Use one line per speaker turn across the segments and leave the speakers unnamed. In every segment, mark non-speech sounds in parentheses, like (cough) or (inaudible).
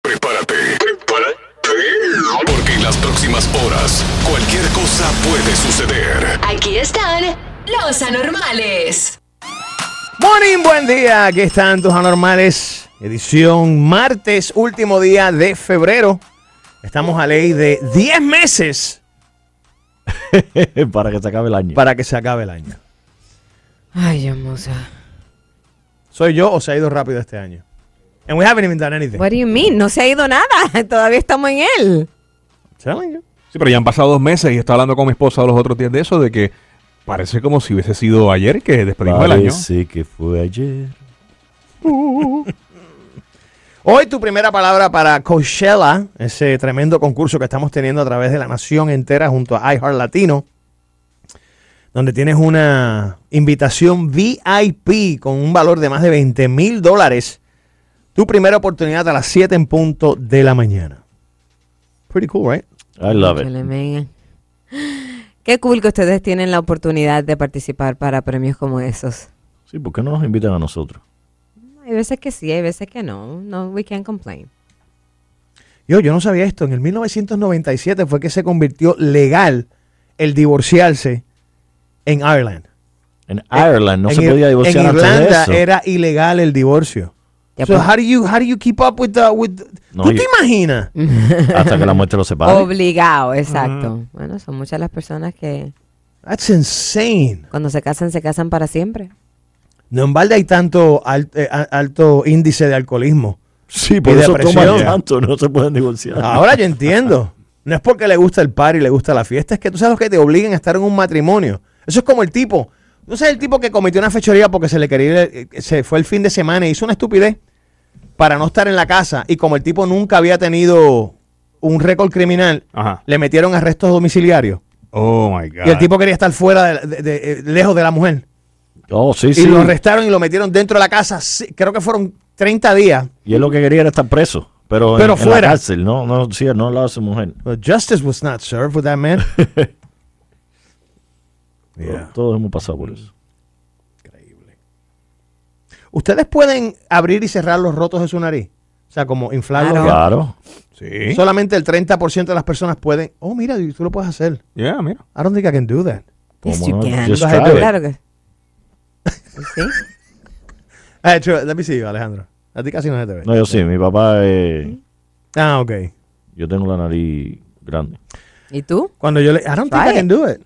Prepárate, prepárate, porque en las próximas horas cualquier cosa puede suceder.
Aquí están los anormales.
Morning, buen día. Aquí están tus anormales. Edición martes, último día de febrero. Estamos a ley de 10 meses
(laughs) para que se acabe el año.
para que se acabe el año.
Ay, hermosa.
¿Soy yo o se ha ido rápido este año? And we haven't even done anything.
What do you mean? No se ha ido nada. (laughs) Todavía estamos en él.
Telling you.
Sí, pero ya han pasado dos meses y estaba hablando con mi esposa los otros días de eso, de que parece como si hubiese sido ayer que despedimos el año.
Parece que fue ayer.
Hoy tu primera palabra para Coachella, ese tremendo concurso que estamos teniendo a través de la nación entera junto a iHeart Latino, donde tienes una invitación VIP con un valor de más de 20 mil dólares. Tu primera oportunidad a las 7 en punto de la mañana. Pretty cool, right?
I love it.
Chale, men. Qué cool que ustedes tienen la oportunidad de participar para premios como esos.
Sí, ¿por qué no nos invitan a nosotros?
Hay veces que sí, hay veces que no. No, we can't complain.
Yo, yo no sabía esto. En el 1997 fue que se convirtió legal el divorciarse en Ireland.
En Ireland no
En
se
Ir-
podía divorciar
En
antes de
Irlanda
eso.
era ilegal el divorcio.
Ya,
So
pues,
how do you how do you keep up with the with the-
No,
¿Tú
yo-
te imaginas?
Mm.
Hasta que la muerte
(laughs)
los separe.
Obligado, exacto. Bueno, son muchas las personas que
That's insane.
cuando se casan, se casan para siempre.
No en balde hay tanto al- eh, a- alto índice de alcoholismo.
sí, por
y
eso
depresión.
toman tanto, no se pueden divorciar.
Ahora yo
(laughs)
entiendo. No es porque le gusta el party, le gusta la fiesta, es que tú sabes que te obligan a estar en un matrimonio. Eso es como el tipo, no sabes el tipo que cometió una fechoría porque se le quería ir- eh, se fue el fin de semana e hizo una estupidez para no estar en la casa y como el tipo nunca había tenido un récord criminal,
Ajá.
le metieron arrestos domiciliarios.
Oh my God.
Y el tipo quería estar fuera, de la- de- de- de- lejos de la mujer.
Oh, sí,
Y
sí.
lo arrestaron y lo metieron dentro de la casa. sí, Creo que fueron 30 días.
Y él lo que quería era estar preso. Pero, en-
Pero
en,
fuera.
la cárcel, no, no, sí, no al lado de su mujer.
But justice was not served with that (laughs) man. Yeah.
Todos hemos pasado por eso.
Ustedes pueden abrir y cerrar los rotos de su nariz. O sea, como inflarlos.
Claro.
ya.
Claro.
Sí.
Solamente el 30% de las personas pueden. Oh, mira, tú lo puedes hacer.
Yeah, mira.
I don't think I can do that.
Yes,
Cómo
you
no,
can.
just
Lo has
try it.
Claro que sí.
Ah, true. Let me see, Alejandro. A ti casi no se te ve.
No, yo sí, mi papá, eh,
Ah, ok.
yo tengo la nariz grande.
¿Y tú?
Cuando yo le. I don't think
Try
I can do it.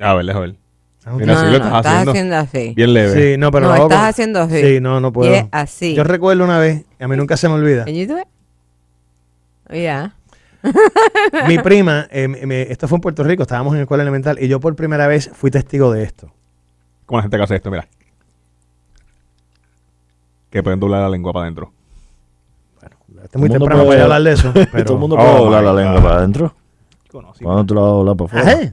A ver, a ver.
I don't
Mira,
think-
sí lo estás haciendo.
así.
Bien leve.
Sí, no, pero
No,
lo hago
estás
con-
haciendo así.
Sí, no, no puedo.
Y es así.
Yo recuerdo una vez, a mí nunca se me olvida.
Can you do it? Oh, yeah.
mi prima, eh, me- me- esto fue en Puerto Rico, estábamos en la escuela elemental y yo por primera vez fui testigo de esto.
Como la gente que hace esto, mira. Que pueden doblar la lengua para adentro.
Este es muy
Todo el mundo
temprano
puede-
para yo hablar de eso.
(laughs)
Pero... Ah.
Todo el mundo
Oh,
puede doblar
my
la lengua
God.
para adentro.
Conocí.
¿Cuándo tú la vas a doblar para afuera?
Ajá.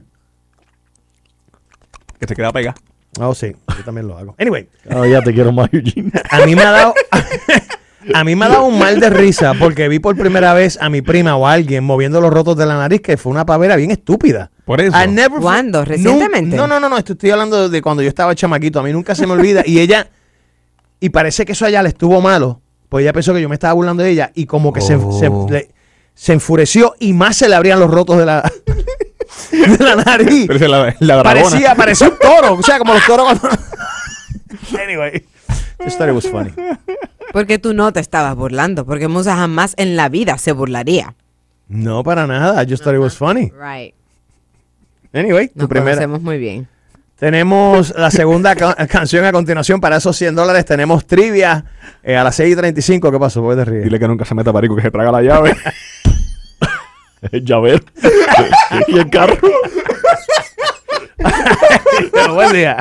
Que se queda pegada.
Oh, sí, yo también lo hago. Anyway,
Ah, ya te quiero más, Eugene.
a mí me ha dado... (laughs) A mí me ha dado un mal de risa porque vi por primera vez a mi prima o a alguien moviendo los rotos de la nariz, que fue una pavera bien estúpida.
Por eso.
I never-
¿Cuándo?
Nun-
¿Recientemente?
No, no, no, no, esto estoy hablando de cuando yo estaba chamaquito, a mí nunca se me olvida. y ella, y parece que eso allá le estuvo malo, pues ella pensó que yo me estaba burlando de ella y como que se,
Oh.
se, le- se enfureció y más se le abrían los rotos de la, (laughs) de la nariz.
Pero esa es la, la dragona.
Parecía, parecía un toro, o sea, como los toros cuando... anyway, just thought it was funny.
Porque tú no te estabas burlando, porque Musa jamás en la vida se burlaría.
No, para nada, I just thought it was funny.
Right.
Anyway, tu
Nos
primera...
conocemos muy bien.
Tenemos la segunda ca- (laughs) canción a continuación. Para esos 100 dólares tenemos trivia eh, a las 6 y 35. ¿Qué pasó? ¿Por qué te ríes?
Dile que nunca se meta parico, que se traga la llave.
(laughs) El
(laughs)
llavero. y el carro.
Buen día.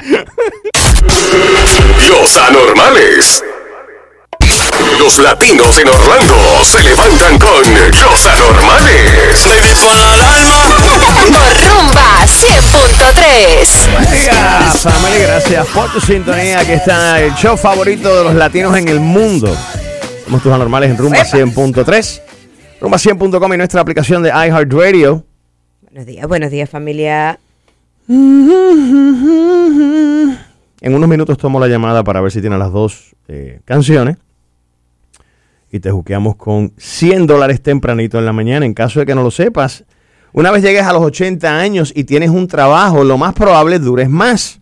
Los anormales. Los latinos en Orlando se levantan con
Gracias por tu sintonía, que está el show favorito de los latinos en el mundo. Somos tus anormales en Rumba 100.3, rumba100.com y nuestra aplicación de iHeartRadio.
Buenos días, buenos días familia.
En unos minutos tomo la llamada para ver si tiene las dos eh, canciones. Y te juqueamos con 100 dólares tempranito en la mañana, en caso de que no lo sepas. Una vez llegues a los 80 años y tienes un trabajo, lo más probable dures más.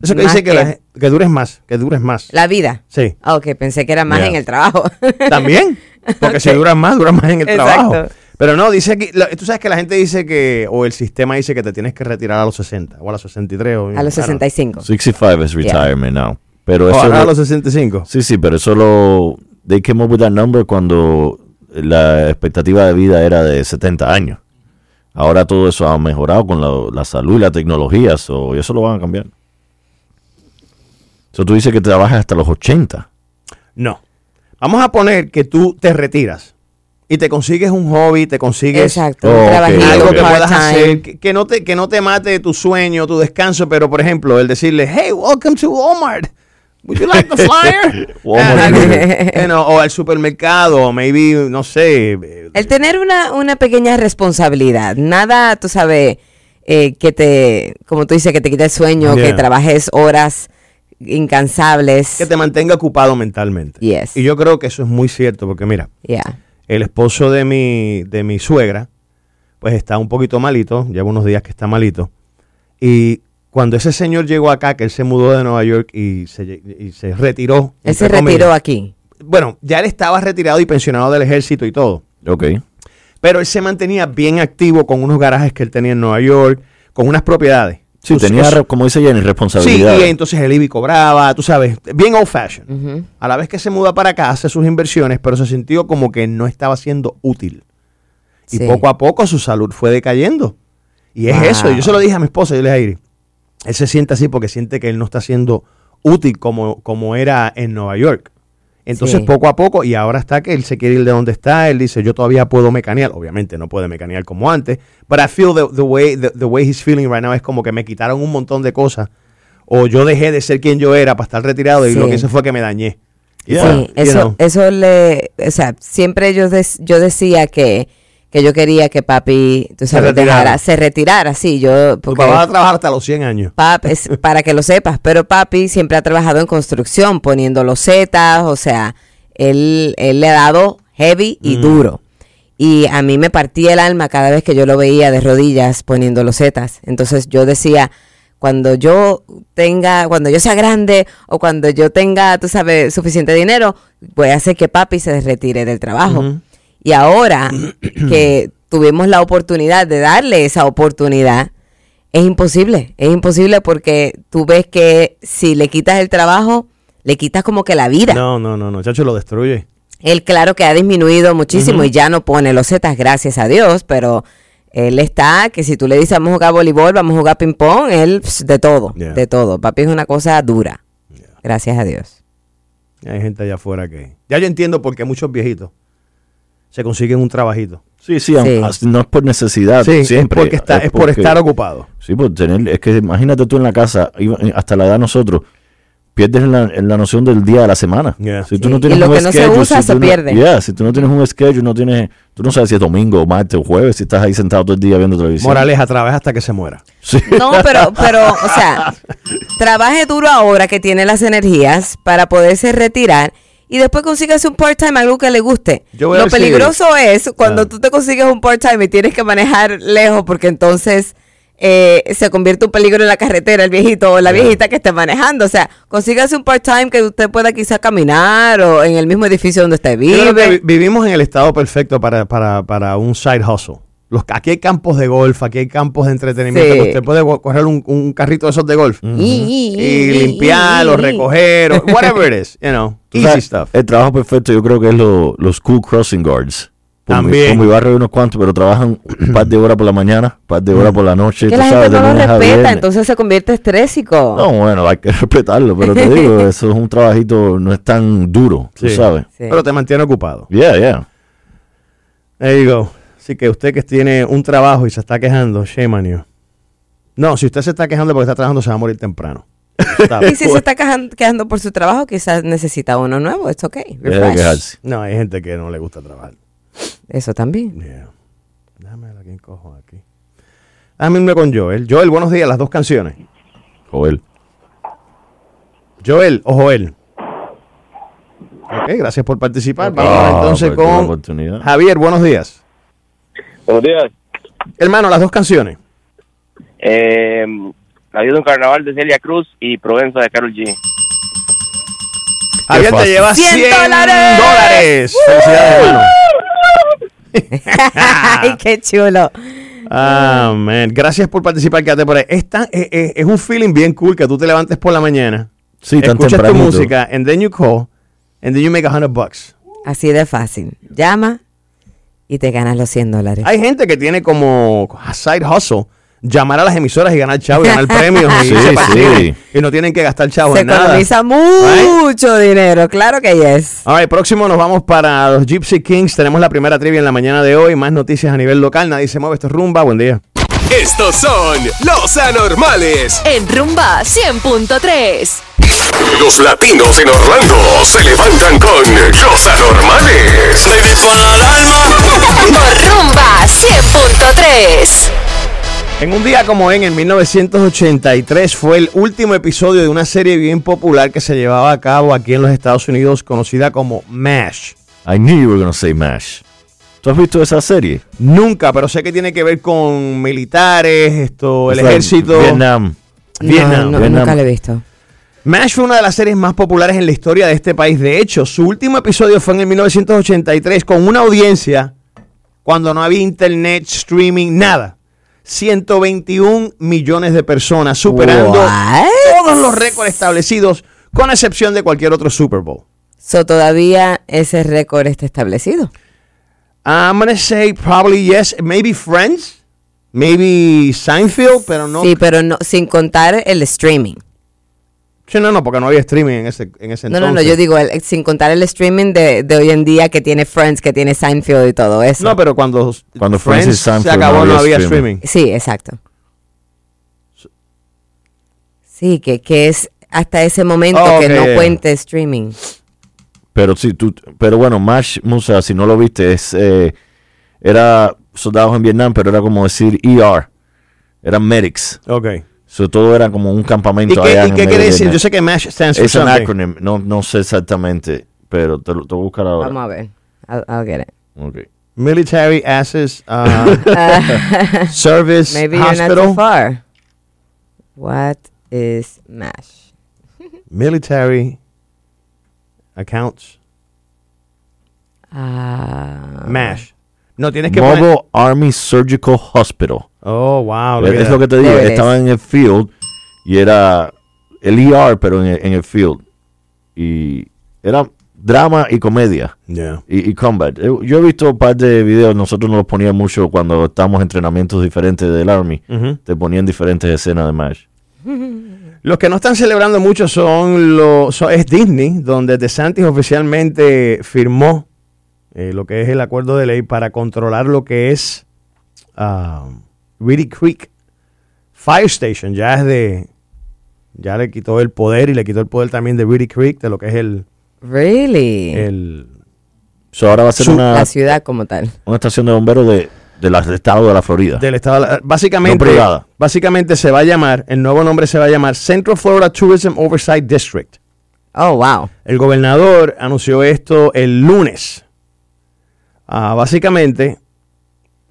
Eso que
Más
dice que,
que-
la gen- que dures más, que dures más.
La vida.
Sí.
Ah, ok, pensé que era más
Ya.
en el trabajo.
(laughs) También. Porque
(laughs)
si
Ok.
duran más, duran más en el
Exacto.
trabajo. Pero no, dice aquí, la- tú sabes que la gente dice que, o el sistema dice que te tienes que retirar a los 60, o a los 63. O,
A los 65.
65 is retirement now. Pero
O
eso
ahora a
lo-
los 65.
Sí, sí, pero eso lo... They came up with that number cuando la expectativa de vida era de 70 años. Ahora todo eso ha mejorado con la, la salud y la tecnología, so, y eso lo van a cambiar. So, tú dices que trabajas hasta los 80.
No. Vamos a poner que tú te retiras y te consigues un hobby, te consigues
Exacto.
Oh,
un
ok,
trabajito
algo
ok.
que puedas hacer,
part-time.
que, que no te, que no te mate tu sueño, tu descanso, pero por ejemplo, el decirle, hey, welcome to Walmart. Would you like the
(laughs)
flyer?
Walmart.
Ah, (laughs) you know, o al supermercado, o maybe, no sé. eh,
El tener una, una pequeña responsabilidad. Nada, tú sabes, eh, que te, como tú dices, que te quita el sueño,
Yeah.
que trabajes horas incansables.
que te mantenga ocupado mentalmente.
Yes.
Y yo creo que eso es muy cierto, porque mira,
Yeah.
el esposo de mi, de mi suegra, pues está un poquito malito, lleva unos días que está malito. Y cuando ese señor llegó acá, que él se mudó de Nueva York y se, lle- y se retiró.
Él se
entre comillas.
retiró aquí.
Bueno, ya él estaba retirado y pensionado del ejército y todo.
Ok.
Pero él se mantenía bien activo con unos garajes que él tenía en Nueva York, con unas propiedades.
Sí,
Tú-
tenía,
tú-
re- como dice Jenny,
Sí,
responsabilidad.
y entonces el IBI cobraba, tú sabes, bien old fashioned. A la vez que se muda para acá, hace sus inversiones, pero se sintió como que no estaba siendo útil. Y
Sí.
poco a poco su salud fue decayendo. Y es
Wow.
eso. Yo se lo dije a mi esposa, yo le dije, Iris, él se siente así porque siente que él no está siendo útil como, como era en Nueva York. Entonces,
Sí.
poco a poco, y ahora está que él se quiere ir de donde está, él dice, yo todavía puedo mecanear. Obviamente no puede mecanear como antes, but I feel the, the way, the, the way he's feeling right now es como que me quitaron un montón de cosas. O yo dejé de ser quien yo era para estar retirado y
Sí.
lo que hice fue que me dañé. Yeah,
Sí,
you
eso,
know.
eso le, o sea, siempre yo, des- yo decía que, que yo quería que papi, tú sabes,
retirara.
dejara- se retirara, sí, yo,
Tu
porque
papá va a trabajar hasta los 100 años.
pap- es- para que lo sepas, pero papi siempre ha trabajado en construcción, poniendo losetas, o sea, él, él le ha dado heavy y duro. Y a mí me partía el alma cada vez que yo lo veía de rodillas poniendo losetas. Entonces yo decía, cuando yo tenga, cuando yo sea grande o cuando yo tenga, tú sabes, suficiente dinero, voy a hacer que papi se retire del trabajo. Y ahora que tuvimos la oportunidad de darle esa oportunidad, es imposible, es imposible porque tú ves que si le quitas el trabajo, le quitas como que la vida.
No, no, no, no, chacho, lo destruye.
Él claro que ha disminuido muchísimo y ya no pone los zetas, gracias a Dios, pero él está, que si tú le dices vamos a jugar voleibol, vamos a jugar ping pong, él pss, de todo,
Yeah.
de todo. Papi es una cosa dura, gracias a Dios.
Hay gente allá afuera que. Ya yo entiendo por qué muchos viejitos se consiguen un trabajito.
Sí, sí, aun-
Sí.
as- no es por necesidad, siempre.
Es, porque está- es por
porque-
estar ocupado.
Sí, por tener, es que imagínate tú en la casa, iba- hasta la edad de nosotros, pierdes la, la noción del día de la semana.
Yeah.
Si tú
Sí,
no
y
tienes
lo
un
que no se
schedule,
usa
si
se
tú no-
pierde.
yeah, si tú no tienes un schedule, no tienes, tú no sabes si es domingo, martes o jueves, si estás ahí sentado todo el día viendo televisión.
Moraleja, trabaja hasta que se muera.
Sí.
No, pero, pero, o sea, trabaje duro ahora que tiene las energías para poderse retirar y después consígase un part-time, algo que le guste.
Yo voy a
Lo
ver si-
peligroso es cuando
Ah.
tú te consigues un part-time y tienes que manejar lejos porque entonces eh, se convierte un peligro en la carretera el viejito o la viejita que esté manejando. O sea, consígase un part-time que usted pueda quizá caminar o en el mismo edificio donde usted
Yo creo que
vive.
vi- vivimos en el estado perfecto para, para, para un side hustle. Los, aquí hay campos de golf, aquí hay campos de entretenimiento.
Sí.
que usted puede go- coger un, un carrito de esos de golf
Y-
y limpiarlo,
(laughs)
recoger, o- whatever it is, you know,
Tú
easy
sabes, eh,
stuff.
El trabajo perfecto yo creo que es lo- los cool crossing guards. Por
También.
Mi, por mi barrio hay unos cuantos, pero trabajan un par de horas por la mañana, un par de horas por la noche.
Mm. Que
tú
la gente
sabes, de
no lo
lunes a
respeta,
viernes.
entonces se convierte estrésico.
No, bueno, hay que (laughs) respetarlo, pero te
(laughs)
digo, eso es un trabajito, no es tan duro, tú
Sí.
sabes.
Sí.
Pero te mantiene ocupado.
Yeah, yeah.
There you go. Así que usted que tiene un
(laughs)
trabajo y se está quejando, shame on you. No, si usted se está quejando porque está trabajando, se va a morir temprano. (laughs)
Y si se está cajan- quedando por su trabajo, quizás necesita uno nuevo. It's okay.
Deja de
Refresh.
quejarse.
No, hay gente que no le gusta trabajar.
Eso también.
Yeah. Dame la que encojo aquí. Dame irme con Joel. Joel, buenos días, las dos canciones.
Joel.
Joel o Joel. Ok, gracias por participar. Vamos
Ah,
entonces
perdió la
con
oportunidad.
Javier, buenos días.
Buenos días.
Hermano, las dos canciones.
Eh, la vida de un carnaval de Celia Cruz y Provenza de Carol G.
Javier te
fácil.
lleva 100
¡Cien
dólares.
dólares!
Felicidades, hermano. Ah.
Ay, qué chulo.
Amén. Gracias por participar, quédate por ahí. Es, tan- es- es- es un feeling bien cool que tú te levantes por la mañana,
Sí, tan
escuchas tu
tempranito.
música, and then you call, and then you make a hundred bucks.
Así de fácil. Llama y te ganas los 100 dólares.
Hay gente que tiene como side hustle llamar a las emisoras y ganar chavo y
(laughs)
ganar premios y,
Sí,
irse pa'l
sí.
cine, y no tienen que gastar chavo
Se
en nada.
economiza mucho dinero. Claro que yes.
All right, próximo nos vamos para los Gypsy Kings. Tenemos la primera trivia en la mañana de hoy. Más noticias a nivel local. Nadie se mueve. Esto es rumba. Buen día.
Estos son los anormales.
En Rumba 100.3.
Los latinos en Orlando se levantan con los anormales.
Por Rumba 100.3.
En un día como en el 1983 fue el último episodio de una serie bien popular que se llevaba a cabo aquí en los Estados Unidos conocida como MASH.
I knew you were gonna say MASH. ¿Tú has visto esa serie?
Nunca, pero sé que tiene que ver con militares, esto, el
It's like
ejército.
Vietnam.
No,
Vietnam,
no,
Vietnam.
nunca lo he visto.
MASH fue una de las series más populares en la historia de este país. De hecho, su último episodio fue en el 1983 con una audiencia cuando no había internet, streaming, nada. 121 millones de personas, superando
What?
todos los récords establecidos, con excepción de cualquier otro Super Bowl.
So, todavía ese récord está establecido.
I'm gonna say probably yes, maybe Friends, maybe Seinfeld, pero no.
Sí, pero no, sin contar el streaming.
Sí, no, no, porque no había streaming en ese, en ese
No,
entonces.
no, no, yo digo, el- sin contar el streaming de, de hoy en día que tiene Friends, que tiene Seinfeld y todo eso.
No, pero cuando,
Cuando Friends y
se
Seinfeld
acabó, no había streaming.
Sí, exacto. Sí, que, que es hasta ese momento
Oh, ok,
que no
yeah.
cuente streaming.
Pero sí, tú, pero bueno, Mash Musa, si no lo viste, es eh, era soldados en Vietnam, pero era como decir ER. Eran medics.
Ok.
So, todo era como un
¿Y
campamento
qué,
allá
y
en
qué
medio
quiere
de
decir?
Vietnam.
Yo sé que MASH stands for
Es un
something.
acronym, no, no sé exactamente, pero te lo te voy a buscar ahora.
Vamos a ver. I'll, I'll get it.
Ok.
Military Asses
(laughs)
uh, Service
Maybe you're not too
Hospital.
far. What is MASH?
Military Accounts.
Ah,
MASH. No, tienes que
Mobile
poner...
Army Surgical Hospital.
Oh, wow.
Es,
look at
es lo
that.
que te digo,
There it
estaba
is.
en el field y era el ER, pero en el, en el field. Y era drama y comedia
Yeah.
y, y combat. Eh, Yo he visto un par de videos, nosotros nos los ponían mucho cuando estábamos en entrenamientos diferentes del Army, te ponían diferentes escenas de match.
Los que no están celebrando mucho son los... son- es Disney, donde DeSantis oficialmente firmó eh, lo que es el acuerdo de ley para controlar lo que es um, Reedy Creek Fire Station. Ya es de... Ya le quitó el poder y le quitó el poder también de Reedy Creek, de lo que es el...
really?
el
So, ahora va a ser
Su-
una,
La ciudad como tal.
una estación de bomberos de, del estado de la Florida.
del estado de la- básicamente
No privada.
básicamente se va a llamar el nuevo nombre se va a llamar Central Florida Tourism Oversight District
Oh, wow.
el gobernador anunció esto el lunes Ah, básicamente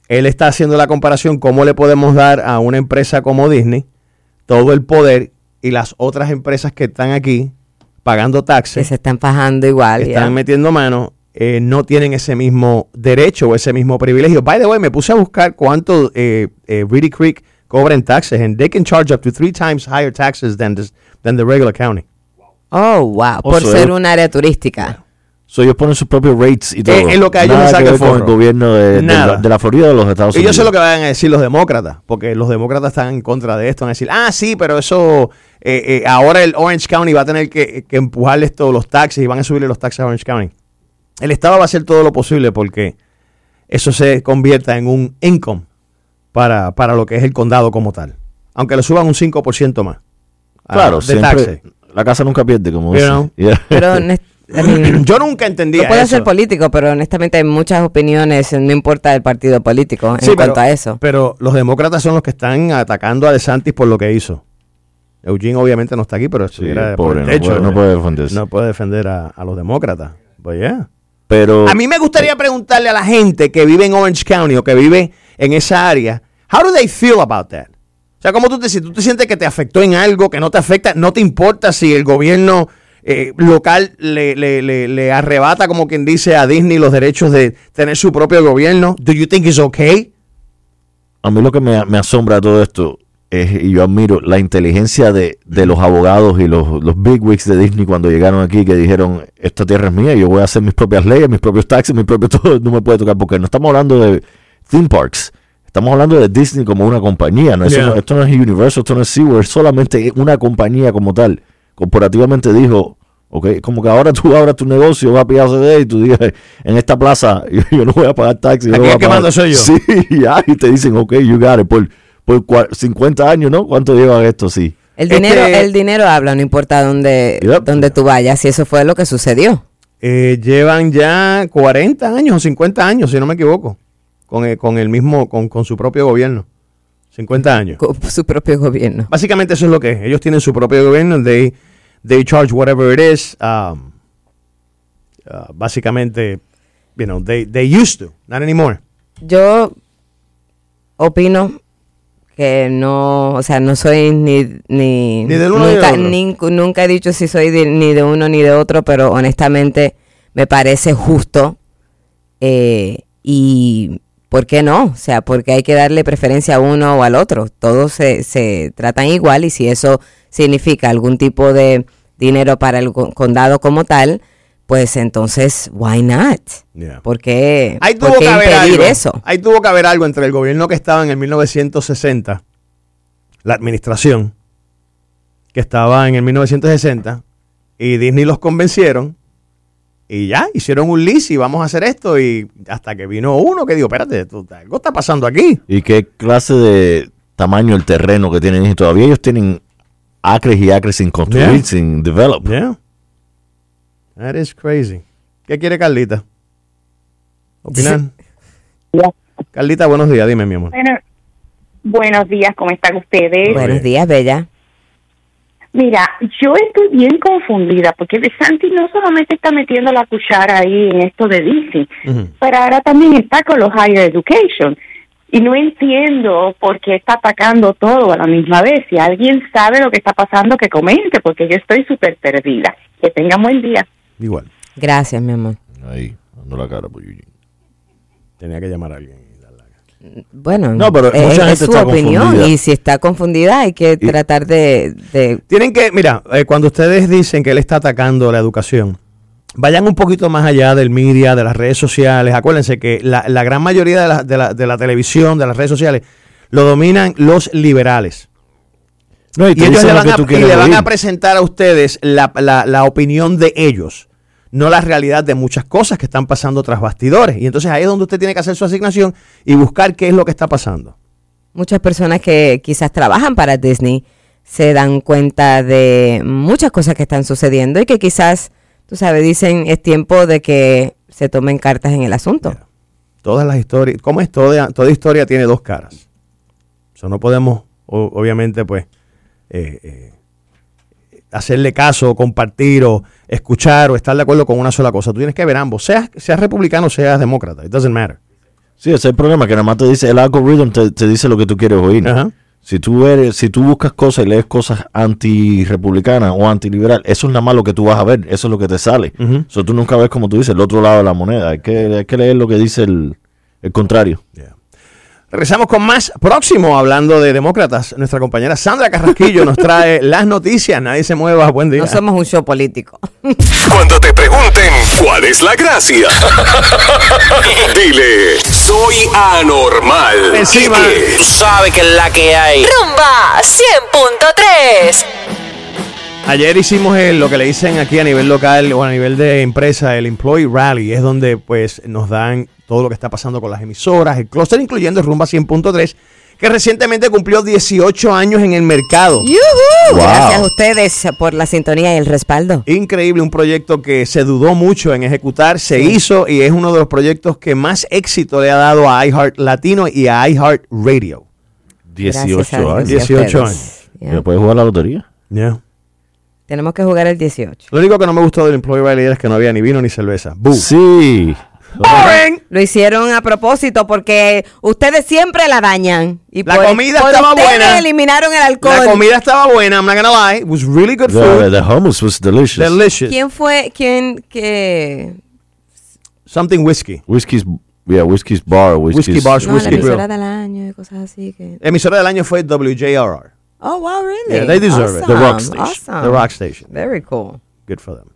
él está haciendo la comparación cómo le podemos dar a una empresa como Disney todo el poder y las otras empresas que están aquí pagando
Que
taxes
se están fajando igual.
están
ya.
metiendo mano, eh, no tienen ese mismo derecho o ese mismo privilegio. By the way, me puse a buscar cuánto eh, eh, Reedy Creek cobra en taxes, and they can charge up to three times higher taxes than, this- than the regular county.
Oh, wow. Por
Oso,
ser
eh.
un área turística.
So, ellos ponen sus propios rates y todo.
Eh, es lo que a ellos
Nada
les saca
ver
el
con el
forro.
gobierno de, de
Nada.
la, de la Florida o de los Estados
Y yo
Unidos.
sé lo que van a decir los demócratas, porque los demócratas están en contra de esto. Van a decir, ah, sí, pero eso, eh, eh, ahora el Orange County va a tener que, que empujarle esto, los taxes, y van a subirle los taxes a Orange County. El Estado va a hacer todo lo posible porque eso se convierta en un income para, para lo que es el condado como tal. Aunque le suban un 5% más ah,
Claro,
de
siempre.
taxes. (clears throat)
La casa nunca pierde, como
You
dicen.
know.
(laughs) Yeah.
(laughs)
Pero honest- I mean,
Yo nunca entendía
no puedo
eso.
ser político, pero honestamente hay muchas opiniones, no importa el partido político en
Sí,
cuanto
pero-
a eso.
Pero los demócratas son los que están atacando a DeSantis por lo que hizo. Eugene obviamente no está aquí, pero
Sí,
estuviera
pobre,
por
no
el techo. eh,
puede- no puede defenderse.
No puede defender a, a los demócratas. Pues yeah.
Pero
A mí me gustaría preguntarle a la gente que vive en Orange County o que vive en esa área, how do they feel about that? O sea, ¿cómo tú te sientes? ¿Tú te sientes que te afectó en algo, que no te afecta? ¿No te importa si el gobierno eh, local le, le- le- le arrebata, como quien dice, a Disney los derechos de tener su propio gobierno? ¿Do you think it's okay?
a mí lo que me, me asombra de todo esto es, y yo admiro, la inteligencia de, de los abogados y los, los bigwigs de Disney cuando llegaron aquí que dijeron, esta tierra es mía, yo voy a hacer mis propias leyes, mis propios taxes, mis propios (laughs) todo, no me puede tocar, porque no estamos hablando de theme parks, estamos hablando de Disney como una compañía, ¿no? Eso
Yeah.
no- esto no es Universal, esto no es SeaWorld, es solamente una compañía como tal. Corporativamente dijo, ok, como que ahora tú abras tu negocio, vas a PACD y tú digas, en esta plaza (laughs) yo, yo no voy a pagar taxi. yo
Aquí
no voy
el
a
que
pagar".
mando soy yo.
(laughs) Sí, y ya, y te dicen, ok, you got it, por, por cua- 50 años, ¿no? ¿Cuánto llevan esto? Sí.
El
Este-
dinero, el dinero habla, no importa dónde,
Yep.
dónde tú vayas, y eso fue lo que sucedió.
Eh, llevan ya 40 años o 50 años, si no me equivoco, con el, con el mismo, con, con su propio gobierno. 50 años.
con su propio gobierno.
Básicamente eso es lo que es. Ellos tienen su propio gobierno. They, they charge whatever it is. um, uh, básicamente, you know, they, they used to. Not anymore.
Yo opino que no, o sea, no soy ni, ni,
Ni del uno ni del
nunca,
otro.
nin- nunca he dicho si soy de- ni de uno ni de otro, pero honestamente me parece justo eh, y ¿por qué no? O sea, porque hay que darle preferencia a uno o al otro. Todos se, se tratan igual y si eso significa algún tipo de dinero para el co- condado como tal, pues entonces, why not?
Yeah.
¿Por qué,
Ahí
por
tuvo
qué
que haber
impedir
algo.
eso?
Ahí tuvo que haber algo entre el gobierno que estaba en el 1960, la administración que estaba en el 1960, y Disney los convencieron. Y ya, hicieron un lease y vamos a hacer esto. Y hasta que vino uno que dijo, espérate, esto- algo está pasando aquí.
¿Y qué clase de tamaño el terreno que tienen? Y todavía ellos tienen acres y acres sin construir,
Yeah.
sin develop.
Yeah. That is crazy. ¿Qué quiere Carlita? ¿Opinan? Carlita, buenos días, dime, mi amor.
Bueno, buenos días, ¿cómo están ustedes?
Buenos
bien.
días, Bella.
Mira, yo estoy bien confundida porque De Santi no solamente está metiendo la cuchara ahí en esto de Disney, pero ahora también está con los Higher Education. Y no entiendo por qué está atacando todo a la misma vez. Si alguien sabe lo que está pasando, que comente, porque yo estoy súper perdida. Que tengan buen día.
Igual,
Gracias, mi amor.
Ahí, dando la cara por Eugene.
tenía que llamar a alguien.
Bueno,
No, pero
eh,
mucha
es
gente
su
está
opinión
confundida.
y si está confundida hay que
Y-
tratar de, de-
Tienen que, mira, eh, cuando ustedes dicen que él está atacando la educación, vayan un poquito más allá del media, de las redes sociales. Acuérdense que la, la gran mayoría de la, de la- de la televisión, de las redes sociales, lo dominan los liberales.
No,
Y ellos le van, a, y le van a presentar a ustedes la, la- la opinión de ellos, no la realidad de muchas cosas que están pasando tras bastidores. Y entonces ahí es donde usted tiene que hacer su asignación y buscar qué es lo que está pasando.
muchas personas que quizás trabajan para Disney se dan cuenta de muchas cosas que están sucediendo y que quizás, tú sabes, dicen es tiempo de que se tomen cartas en el asunto.
Todas las historias, ¿cómo es? Toda, toda historia tiene dos caras. Eso no podemos, o- obviamente, pues, eh, eh, hacerle caso, compartir o escuchar o estar de acuerdo con una sola cosa. Tú tienes que ver ambos, seas, seas republicano o seas demócrata. It doesn't matter.
Sí, ese es el problema, que nada más te dice, el algoritmo te, te dice lo que tú quieres oír.
Ajá.
Si tú, eres, si tú buscas cosas y lees cosas antirrepublicanas o antiliberal, eso es nada más lo que tú vas a ver, eso es lo que te sale.
Ujú.
So, tú nunca ves, como tú dices, el otro lado de la moneda. Hay que, hay que leer lo que dice el, el contrario.
Regresamos con más. Próximo, hablando de demócratas, nuestra compañera Sandra Carrasquillo nos trae las noticias. Nadie se mueva. Buen día.
No somos un
(laughs)
show político.
(laughs) Cuando te pregunten cuál es la gracia, dile, soy anormal.
Encima.
¿Y qué?
Tú sabes que es la que hay.
Rumba 100.3.
Ayer hicimos el- lo que le dicen aquí a nivel local o a nivel de empresa, el Employee Rally. Es donde pues nos dan todo lo que está pasando con las emisoras, el clúster, incluyendo el Rumba 100.3, que recientemente cumplió 18 años en el mercado.
¡Yujú!
Wow.
Gracias a ustedes por la sintonía y el respaldo.
Increíble, un proyecto que se dudó mucho en ejecutar, se hizo y es uno de los proyectos que más éxito le ha dado a iHeart Latino y a iHeart Radio.
18 años.
18 años. pues.
¿Ya puedes jugar a la lotería?
Ya.
Tenemos que jugar el 18.
Lo único que no me gustó del Employee Rally era que no había ni vino ni cerveza. ¡Boo!
Sí.
Lo hicieron a propósito porque ustedes siempre la dañan. Y
La comida
por
estaba
ustedes
buena.
eliminaron el alcohol.
La comida estaba buena, I'm not gonna lie. It was really good
The,
food.
the hummus was delicious.
Delicious.
¿Quién fue? ¿Quién? que
Something whiskey.
Whiskey's, yeah, whiskey's bar. Whiskey's,
Whiskey bars,
No, la
whiskey
emisora
grill.
del año y cosas así que...
Emisora del año fue WJRR.
Oh, wow,
Yeah,
really?
they deserve it. The rock
Awesome,
station.
awesome.
The rock station.
Very cool.
Good for them.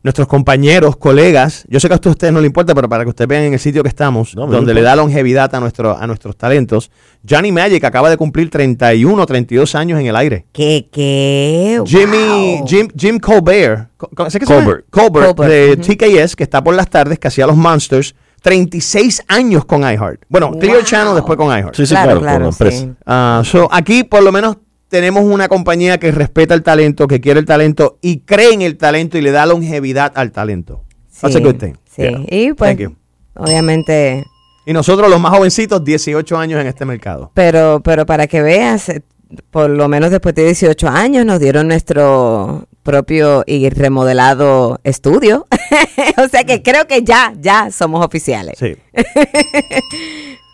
Nuestros compañeros, colegas, yo sé que a usted- a ustedes no le importa, pero para que ustedes vean en el sitio que estamos,
me
donde le
importa.
da longevidad a, nuestro, a nuestros talentos, Johnny Magic acaba de cumplir 31, 32 años en el aire.
¿Qué, qué?
Jimmy,
Wow.
Jim, Jim Colbert, Co- co- ¿sí que se llama?
Colbert.
Colbert,
Colbert,
de
ujú.
TKS, que está por las tardes, que hacía los Monsters, 36 años con iHeart. Bueno, Clear
Wow.
Channel después con iHeart.
Sí, sí, claro,
Claro, claro,
con la empresa.
sí.
Ah, so, aquí por lo menos tenemos una compañía que respeta el talento, que quiere el talento y cree en el talento y le da longevidad al talento. That's a
Sí,
good thing.
Sí,
Yeah.
y pues
Thank you.
obviamente,
Y nosotros los más jovencitos, 18 años en este mercado.
pero pero para que veas, eh, por lo menos después de 18 años nos dieron nuestro propio y remodelado estudio. (laughs) o sea que creo que ya, ya somos oficiales.
Mm. Sí.
(laughs)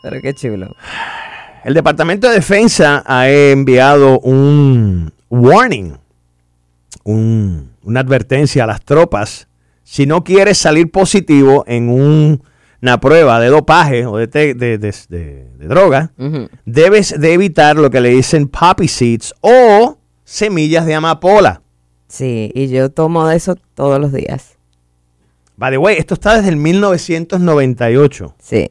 Pero qué chulo.
El Departamento de Defensa ha enviado un warning, un- una advertencia a las tropas. Si no quieres salir positivo en un- una prueba de dopaje o de, te- de- de- de- de droga,
Ujú.
debes de evitar lo que le dicen poppy seeds o semillas de amapola.
Sí, y yo tomo de eso todos los días.
By the way, esto está desde el 1998.
Sí.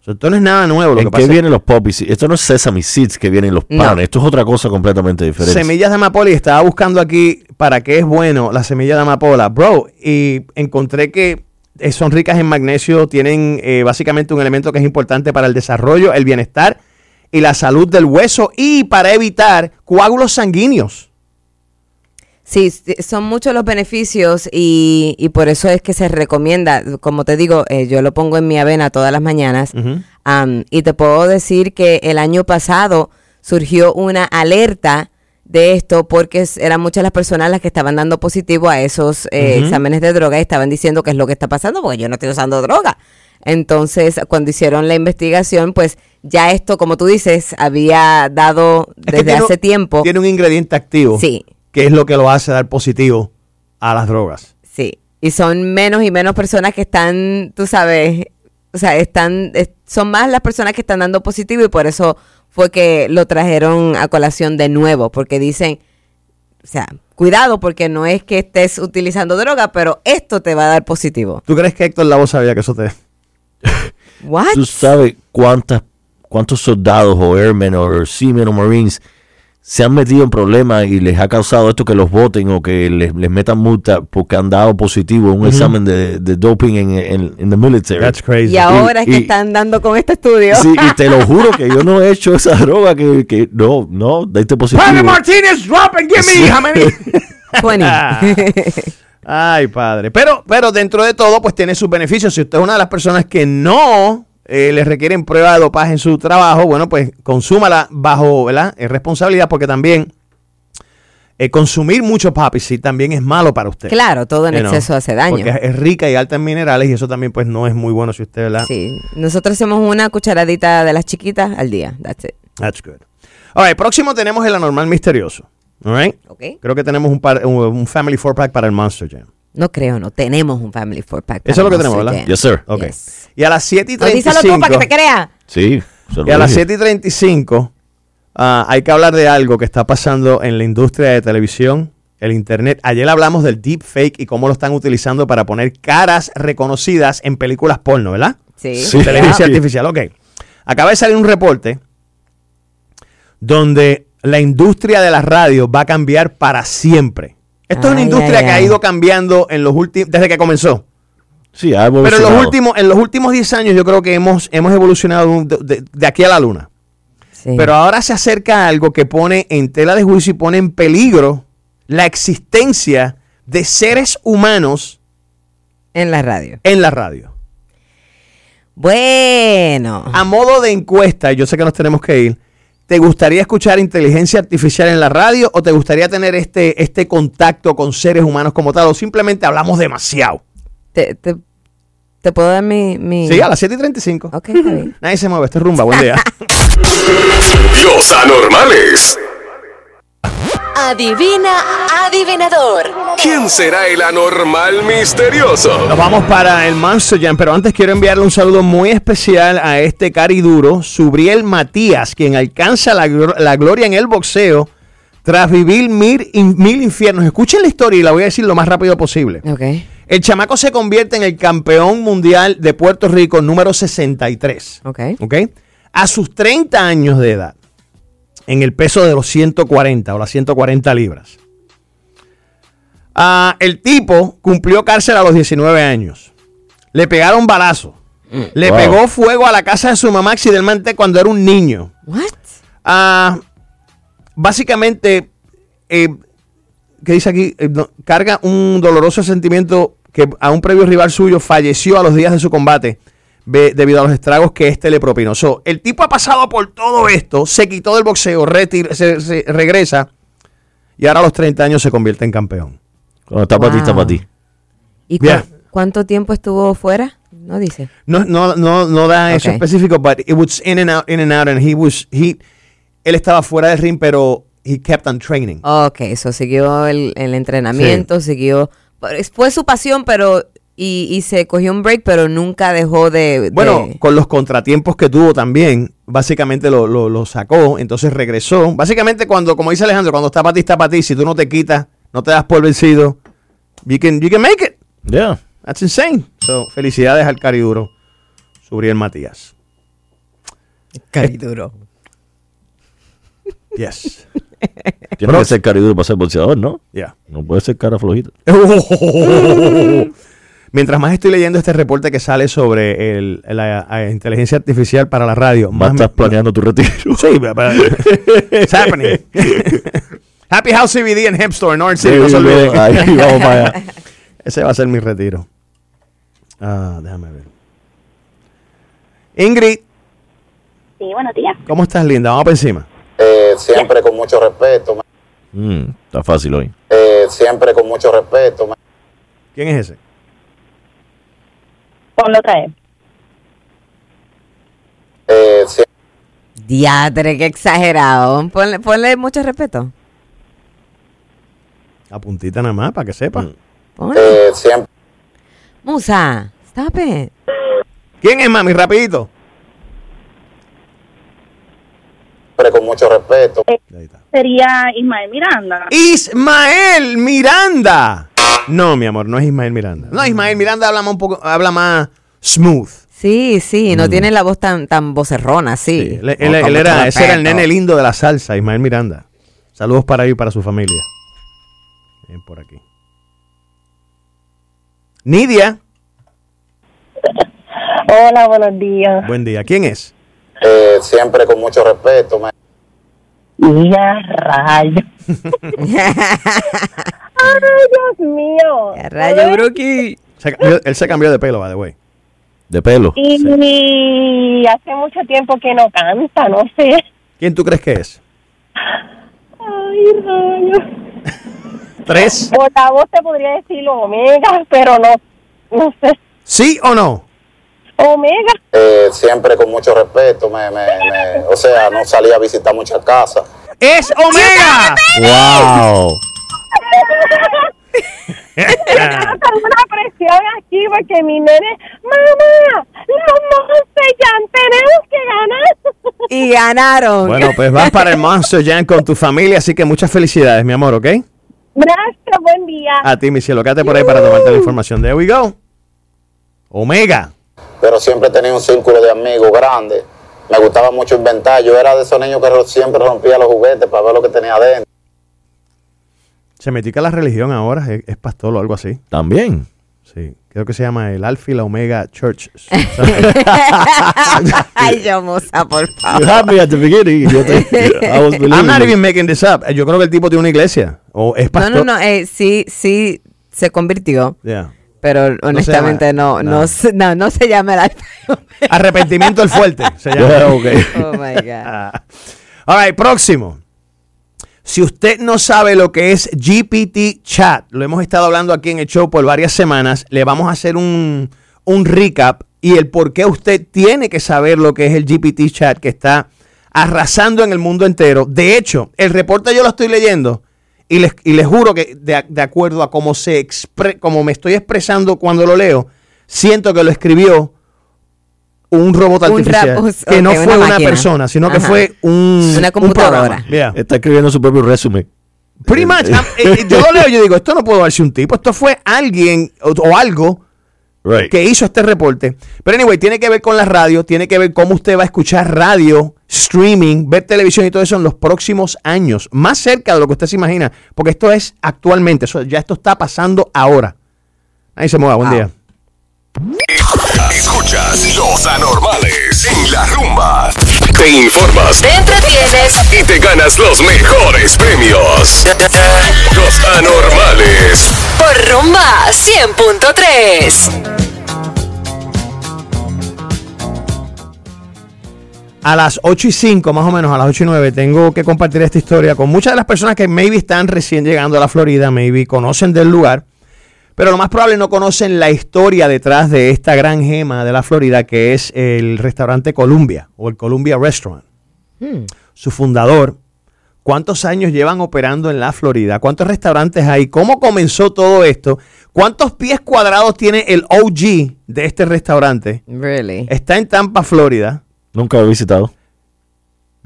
O sea, esto no es nada nuevo. Lo que
¿En
pasa
qué
es
vienen los poppies? Esto no es sesame seeds que vienen los
No.
panes. Esto es otra cosa completamente diferente.
Semillas de amapola y estaba buscando aquí para qué es bueno la semilla de amapola, bro. Y encontré que eh, son ricas en magnesio, tienen eh, básicamente un elemento que es importante para el desarrollo, el bienestar y la salud del hueso y para evitar coágulos sanguíneos.
Sí, sí, son muchos los beneficios y, y por eso es que se recomienda, como te digo, eh, yo lo pongo en mi avena todas las mañanas am, y te puedo decir que el año pasado surgió una alerta de esto porque es- eran muchas las personas las que estaban dando positivo a esos eh, exámenes de droga y estaban diciendo qué es lo que está pasando porque yo no estoy usando droga. Entonces, cuando hicieron la investigación, pues ya esto, como tú dices, había dado
Es que
desde
tiene-
hace tiempo.
Tiene un ingrediente activo
Sí.
que es lo que lo hace dar positivo a las drogas.
Sí, y son menos y menos personas que están, tú sabes, o sea, están, es- son más las personas que están dando positivo y por eso fue que lo trajeron a colación de nuevo, porque dicen, o sea, cuidado porque no es que estés utilizando droga, pero esto te va a dar positivo.
¿Tú crees que Héctor Lavoe sabía que eso te...
What?
¿Tú sabes cuántas, cuántos soldados o airmen o seamen o marines se han metido en problemas y les ha causado esto que los voten o que les, les metan multa porque han dado positivo en un examen de, de doping en, en, en the military?
That's crazy.
Y ahora es que
y-
están dando con este estudio. (laughs)
Sí, y te
(laughs)
lo juro que yo no he hecho esa droga que, que no, no, diste positivo.
Padre Martínez, drop and give me how many- (laughs)
Funny.
Ah. Ay, padre. Pero, pero dentro de todo, pues tiene sus beneficios. Si usted es una de las personas que no eh, le requieren prueba de dopaje en su trabajo, bueno, pues consúmala bajo ¿verdad? Eh, responsabilidad, porque también eh, consumir mucho papi sí también es malo para usted.
claro, todo en
You know,
exceso hace daño.
Porque es- es rica y alta en minerales y eso también, pues, no es muy bueno si usted, ¿verdad?
Sí, nosotros hacemos una cucharadita de las chiquitas al día. That's it.
That's good. All right, próximo tenemos el anormal misterioso. All right.
¿Ok?
Creo que tenemos un, par- un- un Family Four Pack para el Monster Jam.
No creo, no. Tenemos un family four pack.
Eso es
para
lo que tenemos,
Monster
¿verdad?
Jam.
Yes, sir.
Ok.
Yes.
Y a las 7 y
No, díselo
35.
tú para que te crea.
Sí, se lo
Y a las
dije.
7 y 35 ah, hay que hablar de algo que está pasando en la industria de televisión, el Internet. Ayer hablamos del deepfake y cómo lo están utilizando para poner caras reconocidas en películas porno, ¿verdad?
Sí.
Sí.
Televisión artificial, ok. Acaba de salir un reporte donde la industria de la radio va a cambiar para siempre. Esto es una
Ay,
industria
ay,
que ha
ay.
ido cambiando en los últimos desde que comenzó.
Sí, ha
Pero en
evolucionado.
los últimos, en los últimos 10 años yo creo que hemos, hemos evolucionado de, de- de aquí a la luna. Pero ahora se acerca algo que pone en tela de juicio y pone en peligro la existencia de seres humanos
en la radio.
En la radio.
Bueno.
A modo de encuesta, yo sé que nos tenemos que ir. ¿Te gustaría escuchar inteligencia artificial en la radio o te gustaría tener este, este contacto con seres humanos como tal o simplemente hablamos demasiado?
Te, te- te puedo dar mi... mi-
Sí, a las 7 y 35.
Ok,
(laughs)
está bien.
Nadie se mueve, esto es rumba, buen día.
Los anormales.
Adivina, adivinador.
¿Quién será el anormal misterioso?
Nos vamos para el Monster Jam, pero antes quiero enviarle un saludo muy especial a este cari duro, Subriel Matías, quien alcanza la, glo- la gloria en el boxeo tras vivir mil, in- mil infiernos. Escuchen la historia y la voy a decir lo más rápido posible.
Ok.
El chamaco se convierte en el campeón mundial de Puerto Rico número 63.
Ok.
¿Ok? A sus 30 años de edad, en el peso de los 140 o las 140 libras. Ah, el tipo cumplió cárcel a los 19 años. Le pegaron balazo. Le
Wow.
pegó fuego a la casa de su mamá accidentalmente cuando era un niño.
What?
Ah, básicamente, eh, ¿qué dice aquí? Eh, no, carga un doloroso sentimiento que a un previo rival suyo falleció a los días de su combate ve- debido a los estragos que este le propinó. So, el tipo ha pasado por todo esto, se quitó del boxeo, retir- se- se regresa y ahora a los 30 años se convierte en campeón.
Cuando está para ti, está
Wow.
para ti.
¿Y cu-
Yeah.
cuánto tiempo estuvo fuera? No dice.
No, no, no, no da eso
Ok.
específico, but it was in and out, in and out, and he was, he, él estaba fuera del ring, pero he kept on training.
Ok, eso siguió el, el entrenamiento, siguió... Fue su pasión, pero... Y, y se cogió un break, pero nunca dejó de...
Bueno,
de-
con los contratiempos que tuvo también, básicamente lo, lo- lo sacó, entonces regresó. Básicamente cuando, como dice Alejandro, cuando está para ti, está para ti, si tú no te quitas, no te das por vencido, you can, you can make it.
Yeah.
That's insane. So, felicidades al Cariduro, Subriel Matías.
Cariduro.
Yes. (laughs)
Tiene que ser cara duro para ser boxeador, ¿no?
Yeah. (laughs)
No puede ser cara flojita.
Mientras más estoy leyendo este reporte que sale sobre el- la, eh, inteligencia artificial para la radio,
Más
más me-
estás planeando tu retiro.
Sí, pa- pa- it's happening. Happy House CBD en Hempstore, North City. no se olviden.
(laughs) Ahí vamos para allá.
(laughs) Ese va a ser mi retiro. Ah, déjame ver. Ingrid,
Sí, buenos días.
¿cómo estás, linda? Vamos para encima.
siempre con mucho respeto, ma-
(laughs) Mm, está fácil hoy.
eh, siempre con mucho respeto. ma-
¿Quién es ese?
Ponlo otra vez.
eh, sie-
Diadre, qué exagerado. Ponle, ponle mucho respeto.
Apuntita nada más para que sepa.
Ponle.
eh, siempre.
Musa, stop it.
¿Quién es, mami? Rapidito.
Siempre con mucho respeto.
Sería Ismael Miranda.
Ismael Miranda. No, mi amor, no es Ismael Miranda. No, Ismael Miranda habla más un poco, habla más smooth.
Sí, sí, no tiene la voz tan, tan vocerrona, sí.
Mm. Él, él- él era, ese era el nene lindo de la salsa, Ismael Miranda. Saludos para él y para su familia. Ven por aquí. Nidia,
Hola, buenos días.
buen día. ¿Quién es?
eh, siempre con mucho respeto. ma-
Ya rayo. Ay, Dios mío.
Rayo Brookie.
Se cambió- él se cambió de pelo, by the way.
De pelo.
Y hace mucho tiempo que no canta, no sé.
¿Quién tú crees que es?
Ay, rayo.
¿Tres?
Por la voz te podría decir Omega, pero no, no sé.
¿Sí o no?
Omega.
eh, siempre con mucho respeto. me- me- me- o sea, no salí a visitar muchas casas.
¡Es Omega!
¡Wow!
Tengo como una presión aquí porque mi nene, mamá, los Monster Jam tenemos que ganar.
Y ganaron.
Bueno, pues vas para el Monster Jam con tu familia, así que muchas felicidades, mi amor, ¿ok?
Gracias, buen día.
A ti, mi cielo, quédate por ahí para tomarte la información. There we go. Omega.
Pero siempre tenía un círculo de amigos grande. Me gustaba mucho inventar. Yo era de esos niños que ro- siempre rompía los juguetes para ver lo que tenía adentro.
Se metió que la religión ahora es, es pastor o algo así.
También.
Sí. Creo que se llama el Alpha y la Omega Church.
(laughs) Ay, yo, moza, por favor.
You had me at the beginning. Yo (laughs) te- I was believing
I'm not
you.
even making this up. Yo creo que el tipo tiene una iglesia. O es
No,
pastor.
no, no, eh, sí, sí, se convirtió.
Yeah.
Pero honestamente no, no, se- no, no se llama
(laughs)
el alfa.
Arrepentimiento el fuerte. Se llama.
Yeah,
Oh my God.
Ah. All right, próximo. Si usted no sabe lo que es GPT Chat, lo hemos estado hablando aquí en el show por varias semanas, le vamos a hacer un, un recap y el por qué usted tiene que saber lo que es el GPT Chat que está arrasando en el mundo entero. De hecho, el reporte yo lo estoy leyendo y les, y les juro que de, a- de acuerdo a cómo, se expre- cómo me estoy expresando cuando lo leo, siento que lo escribió un robot
Un
artificial.
rap- us-
que no
ok,
fue
una
una,
máquina.
persona, sino que
Ajá.
fue un,
Una
un
computadora.
programa. Yeah.
Está escribiendo su propio resumen.
Pretty much. I'm- eh, eh, yo lo leo y yo digo, esto no puedo darse un tipo. Esto fue alguien o, o algo
(laughs) Right.
que hizo este reporte. Pero anyway, tiene que ver con la radio, tiene que ver cómo usted va a escuchar radio, streaming, ver televisión y todo eso en los próximos años. Más cerca de lo que usted se imagina. Porque esto es actualmente. eso- ya esto está pasando ahora. Ahí se mueva, buen día.
Escuchas los anormales en la rumba. Te informas. Te entretienes. Y te ganas los mejores premios. Los anormales.
Por Rumba 100.3.
a las 8 y 5, más o menos, a las 8 y 9, tengo que compartir esta historia con muchas de las personas que maybe están recién llegando a la Florida, maybe conocen del lugar, pero lo más probable no conocen la historia detrás de esta gran gema de la Florida, que es el restaurante Columbia o el Columbia Restaurant. Su fundador, cuántos años llevan operando en la Florida, cuántos restaurantes hay, cómo comenzó todo esto, cuántos pies cuadrados tiene el OG de este restaurante.
Really.
Está en Tampa, Florida.
Nunca lo he visitado.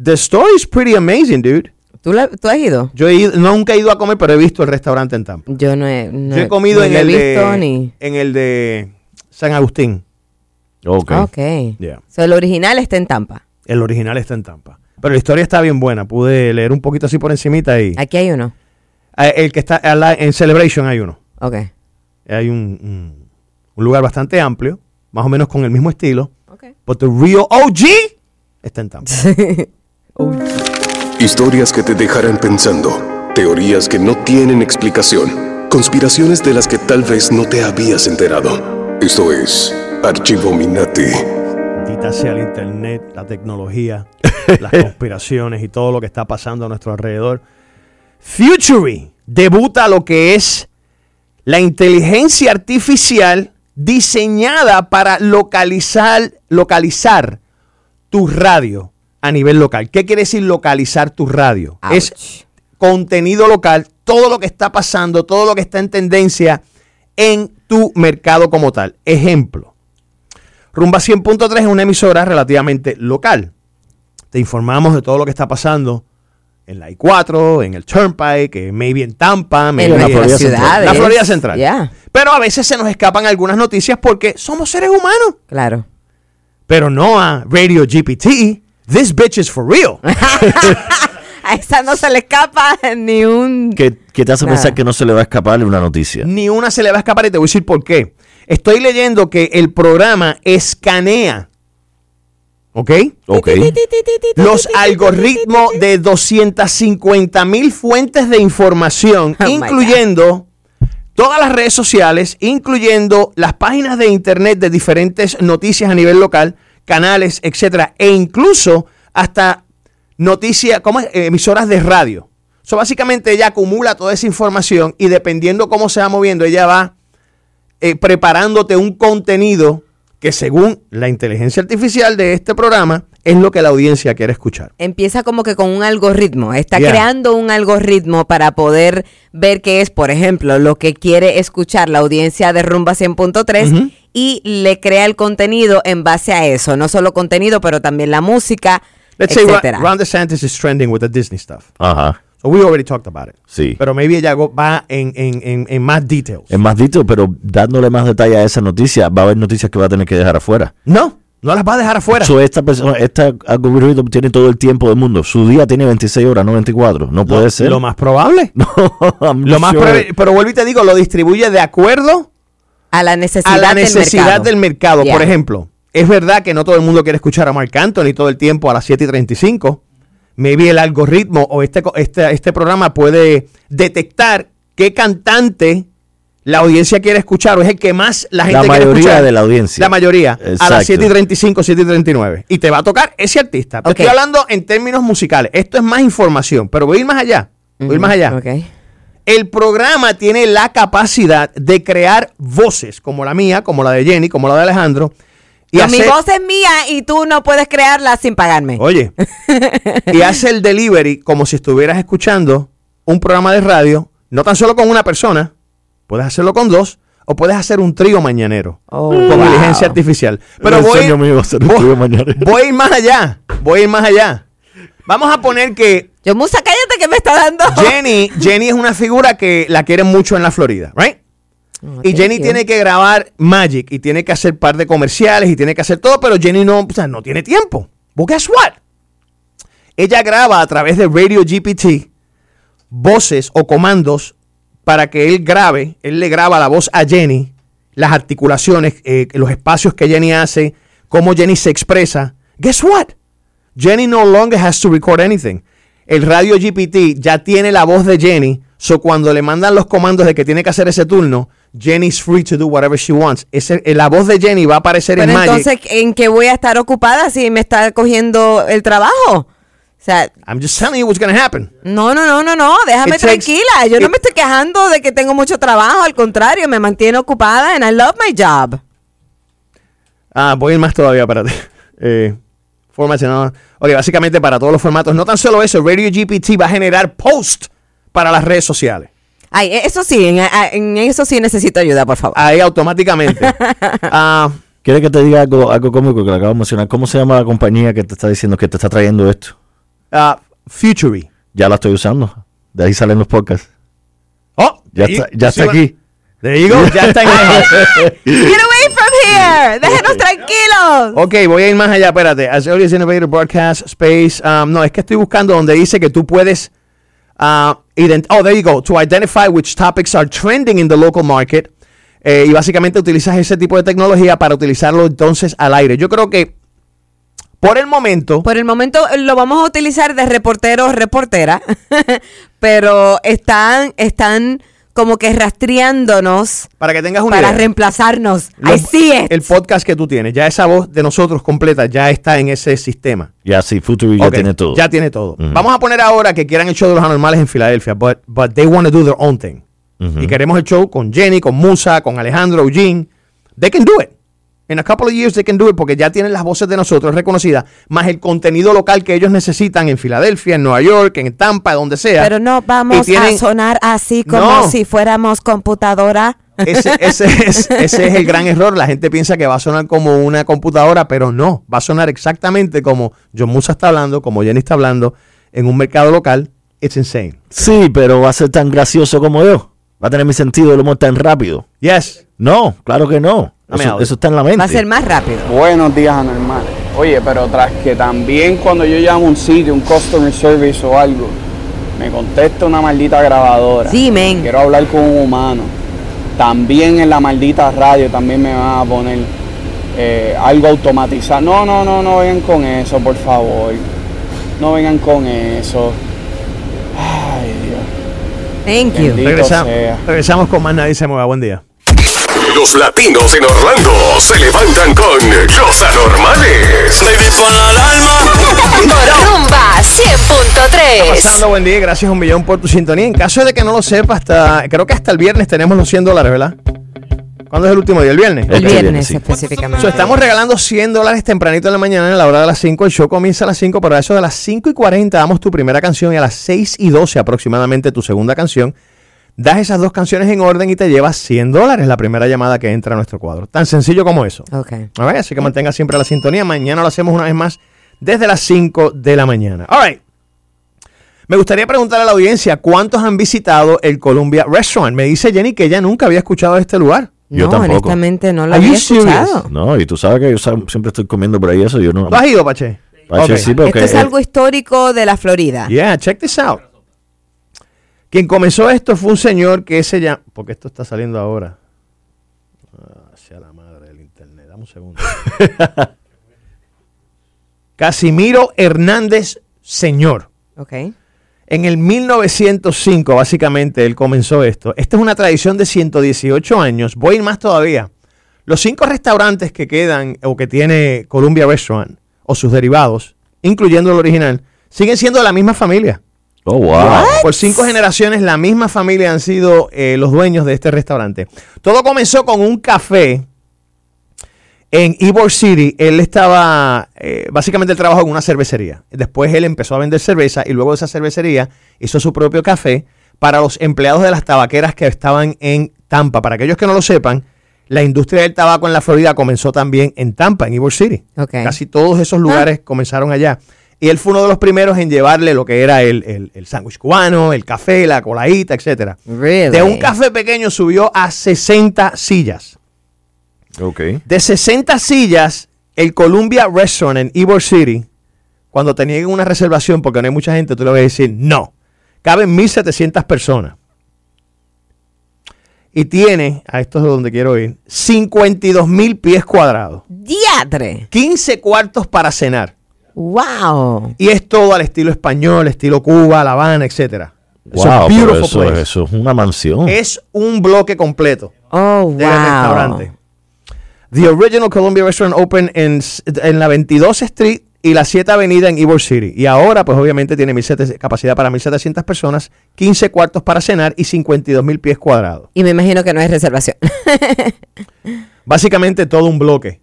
The story is pretty amazing, dude.
¿Tú, la- tú has ido?
Yo he ido- nunca he ido a comer, pero he visto el restaurante en Tampa.
Yo no he, no
Yo he comido
no
en
lo he
el
visto
de,
ni.
en el de San Agustín.
Ok.
Ah, Ok.
Yeah.
So, el original está en Tampa.
El original está en Tampa. Pero la historia está bien buena. Pude leer un poquito así por encimita y
Aquí hay uno.
Ah, el que está al la- en Celebration hay uno.
Ok.
Hay un, un- un lugar bastante amplio, más o menos con el mismo estilo.
Ok.
But the real OG está en Tampa.
Historias que te dejarán pensando, teorías que no tienen explicación, conspiraciones de las que tal vez no te habías enterado. Esto es Archivo Minati.
Maldita sea el internet, la tecnología, las conspiraciones y todo lo que está pasando a nuestro alrededor. Futury debuta lo que es la inteligencia artificial diseñada para localizar, localizar tu radio a nivel local. ¿Qué quiere decir localizar tu radio? Es contenido local, todo lo que está pasando, todo lo que está en tendencia en tu mercado como tal. Ejemplo. Rumba 100.3 es una emisora relativamente local. Te informamos de todo lo que está pasando en la I4, en el Turnpike, que maybe en Tampa, maybe
En
en
nuestras ciudades.
La Florida Central.
Yeah.
Pero a veces se nos escapan algunas noticias porque somos seres humanos.
Claro.
Pero no a Radio GPT. This bitch is for
(laughs)
real.
A esa no se le escapa (laughs) ni un...
¿Qué, qué te hace
Nada.
pensar que no se le va a escapar una noticia?
Ni una se le va a escapar y te voy a decir por qué. Estoy leyendo que el programa escanea. ¿Ok?
Ok.
(laughs)
Los algoritmos de 250 mil fuentes de información,
(laughs) Oh my
incluyendo todas las redes sociales, incluyendo las páginas de internet de diferentes noticias a nivel local, canales, etcétera, e incluso hasta noticias, ¿cómo es? Eh, emisoras de radio. So, básicamente ella acumula toda esa información y dependiendo cómo se va moviendo, ella va eh, preparándote un contenido que según la inteligencia artificial de este programa es lo que la audiencia quiere escuchar.
Empieza como que con un algoritmo. Está
Yeah.
creando un algoritmo para poder ver qué es, por ejemplo, lo que quiere escuchar la audiencia de Rumba 100.3
Ujú.
y le crea el contenido en base a eso. No solo contenido, pero también la música,
Let's say Ron,
etcétera.
Ron DeSantis is trending with the Disney stuff.
Ajá.
So we already talked about it.
Sí. Em-
Pero maybe ella go- va en, en, en, en más details.
Es más dito, pero dándole más detalle a esa noticia, va a haber noticias que va a tener que dejar afuera.
No, no las va a dejar afuera.
So, esta persona, esta algoritmo tiene todo el tiempo del mundo. Su día tiene 26 horas, no 24. No puede ser. (laughs)
Lo más probable.
No, I'm
Lo
not
más
sure.
proba- pero vuelvo y te digo, lo distribuye de acuerdo
a la necesidad,
a la necesidad
del
del mercado.
mercado.
Por
Yeah.
ejemplo, es verdad que no todo el mundo quiere escuchar a Marc Anthony todo el tiempo a las 7 y 35. Maybe el algoritmo o este, co- este, este programa puede detectar qué cantante la audiencia quiere escuchar o es el que más la gente
La
quiere
mayoría
escuchar.
de la audiencia.
La mayoría. A
Exacto.
las 7 y 35, 7 y 39. Y te va a tocar ese artista. Te
Ok.
estoy hablando en términos musicales. Esto es más información, pero voy a ir más allá. Voy a ir más allá. El programa tiene la capacidad de crear voces como la mía, como la de Jenny, como la de Alejandro. Y
No,
hacer,
Mi voz es mía y tú no puedes crearla sin pagarme. (laughs)
Oye, y hace el delivery como si estuvieras escuchando un programa de radio, no tan solo con una persona, puedes hacerlo con dos o puedes hacer un trío mañanero
Oh,
con
wow.
inteligencia artificial. Pero
El
voy,
sueño mío va a ser un trío mañana.
voy a ir más allá, voy a ir más allá. Vamos a poner
(laughs)
que
Yo, Musa, cállate que me está dando. (laughs)
Jenny, Jenny es una figura que la quieren mucho en la Florida, ¿right? y Jenny tiene que grabar Magic y tiene que hacer par de comerciales y tiene que hacer todo, pero Jenny no, o sea, no tiene tiempo. But guess what? Ella graba a través de Radio GPT voces o comandos para que él grabe, él le graba la voz a Jenny, las articulaciones, eh, los espacios que Jenny hace, cómo Jenny se expresa. Guess what? Jenny no longer has to record anything. El radio GPT ya tiene la voz de Jenny, so cuando le mandan los comandos de que tiene que hacer ese turno, Jenny's free to do whatever she wants. Ese- eh, la voz de Jenny va a aparecer
Pero
en Magic.
entonces, ¿en qué voy a estar ocupada si me está cogiendo el trabajo? O sea,
I'm just telling you what's going to happen.
no, no, no, no, no, déjame
It takes-
tranquila. Yo no
it-
me estoy quejando de que tengo mucho trabajo, al contrario, me mantiene ocupada and I love my job.
Ah, voy a ir más todavía, espérate. (laughs) Eh, formato, no. Ok, básicamente para todos los formatos. No tan solo eso, Radio GPT va a generar posts para las redes sociales.
Ay, e- eso sí, en, a- en eso sí necesito ayuda, por favor.
Ahí automáticamente. Ah,
¿Quieres que te diga algo, algo cómico que le acabo de mencionar? ¿Cómo se llama la compañía que te está diciendo que te está trayendo esto?
ah, Futury.
Ya la estoy usando. De ahí salen los podcasts.
Oh,
Ya
ahí-
está, ya está
sí,
aquí.
There you go, ya está
(laughs)
en
Get away from here, déjenos tranquilos.
Ok, voy a ir más allá, espérate. As early as innovative broadcast space. um, no, es que estoy buscando donde dice que tú puedes. ah, ident- oh, there you go. To identify which topics are trending in the local market. Eh, y básicamente utilizas ese tipo de tecnología para utilizarlo entonces al aire. Yo creo que por el momento.
Por el momento eh, lo vamos a utilizar de reportero o reportera, (laughs) pero están, están como que rastreándonos
para que tengas una
para
idea.
reemplazarnos.
los-
Así es.
El podcast que tú tienes, ya esa voz de nosotros completa ya está en ese sistema.
Ya sí, Futuri ya
Ok,
tiene todo.
Ya tiene todo.
Ujú.
Vamos a poner ahora que quieran el show de los anormales en Filadelfia, but, but they want to do their own thing.
Ujú.
Y queremos el show con Jenny, con Musa, con Alejandro, Eugene. They can do it. In a couple of years they can do it porque ya tienen las voces de nosotros reconocidas, más el contenido local que ellos necesitan en Filadelfia, en Nueva York, en Tampa, donde sea.
Pero no
Y
vamos
tienen-
a sonar así como
No.
si fuéramos computadora.
Ese, ese es, ese es el gran error. La gente piensa que va a sonar como una computadora, pero no. Va a sonar exactamente como John Musa está hablando, como Jenny está hablando, en un mercado local. It's insane.
Sí, pero va a ser tan gracioso como yo. Va a tener mi sentido del humor tan rápido.
Yes.
No, claro que no.
Dame
Eso,
audio.
eso está en la mente.
Va a ser más rápido.
Buenos días, anormales. Oye, pero tras que también cuando yo llamo a un sitio, un customer service o algo, me contesta una maldita grabadora.
Sí, men.
Quiero hablar con un humano. También en la maldita radio también me van a poner eh, algo automatizado. No, no, no, no vengan con eso, por favor. No vengan con eso. Ay, Dios.
Thank
you. Bendito
Regresa-
sea.
regresamos con más Nadie se mueva. Buen día.
Los latinos en Orlando se levantan con los anormales. Baby, pon la
Rumba
Está
100.3.
pasando buen día. Gracias un millón por tu sintonía. En caso de que no lo sepa, hasta creo que hasta el viernes tenemos los 100 dólares, ¿verdad? ¿Cuándo es el último día? El viernes.
El viernes específicamente.
So, estamos regalando 100 dólares tempranito en la mañana, en la hora de las 5. El show comienza a las 5, pero a eso de las 5 y 40 damos tu primera canción y a las 6 y 12 aproximadamente tu segunda canción. Das esas dos canciones en orden y te llevas 100 dólares la primera llamada que entra a nuestro cuadro. Tan sencillo como eso.
Ok.
All right, así que mantenga siempre la sintonía. Mañana lo hacemos una vez más desde las 5 de la mañana. All right. Me gustaría preguntar a la audiencia cuántos han visitado el Columbia Restaurant. Me dice Jenny que ella nunca había escuchado de este lugar.
Yo
no,
tampoco.
honestamente no lo
Are you
había
serious?
escuchado.
No, y tú sabes que yo sa- siempre estoy comiendo por ahí eso. Yo no.
¿Tú has ido, Pache?
Pache,
Ok.
sí, pero que-
Esto es
eh,
algo histórico de la Florida.
Yeah, check this out. Quien comenzó esto fue un señor que se llama. Porque esto está saliendo ahora. Ah, sea la madre del internet. Dame un segundo. Casimiro Hernández Señor.
Ok.
En el 1905, básicamente, él comenzó esto. Esta es una tradición de 118 años. Voy a ir más todavía. Los cinco restaurantes que quedan o que tiene Columbia Restaurant o sus derivados, incluyendo el original, siguen siendo de la misma familia.
Oh, wow.
Por cinco generaciones, la misma familia han sido eh, los dueños de este restaurante. Todo comenzó con un café en Ybor City. Él estaba, eh, básicamente, él trabajó en una cervecería. Después él empezó a vender cerveza y luego de esa cervecería hizo su propio café para los empleados de las tabaqueras que estaban en Tampa. Para aquellos que no lo sepan, la industria del tabaco en la Florida comenzó también en Tampa, en Ybor City. Casi todos esos lugares comenzaron allá. Y él fue uno de los primeros en llevarle lo que era el, el, el sándwich cubano, el café, la coladita, etcétera. De un café pequeño subió a 60 sillas.
Ok.
De 60 sillas, el Columbia Restaurant en Ybor City, cuando te nieguen una reservación porque no hay mucha gente, tú le vas a decir no. Caben 1.700 personas. Y tiene, a esto es donde quiero ir, 52.000 pies cuadrados.
¡Diatre!
15 cuartos para cenar.
¡Wow!
Y es todo al estilo español, estilo Cuba, La Habana, etcétera. Es un
Wow, pero
beautiful
eso,
place.
eso es una mansión.
Es un bloque completo
oh,
del restaurante. The original Columbia Restaurant opened en, s- en la 22 Street y la 7 Avenida en Ybor City. Y ahora, pues obviamente tiene 1700 capacidad para 1.700 personas, 15 cuartos para cenar y 52 mil pies cuadrados.
Y me imagino que no es reservación. (laughs)
Básicamente todo un bloque.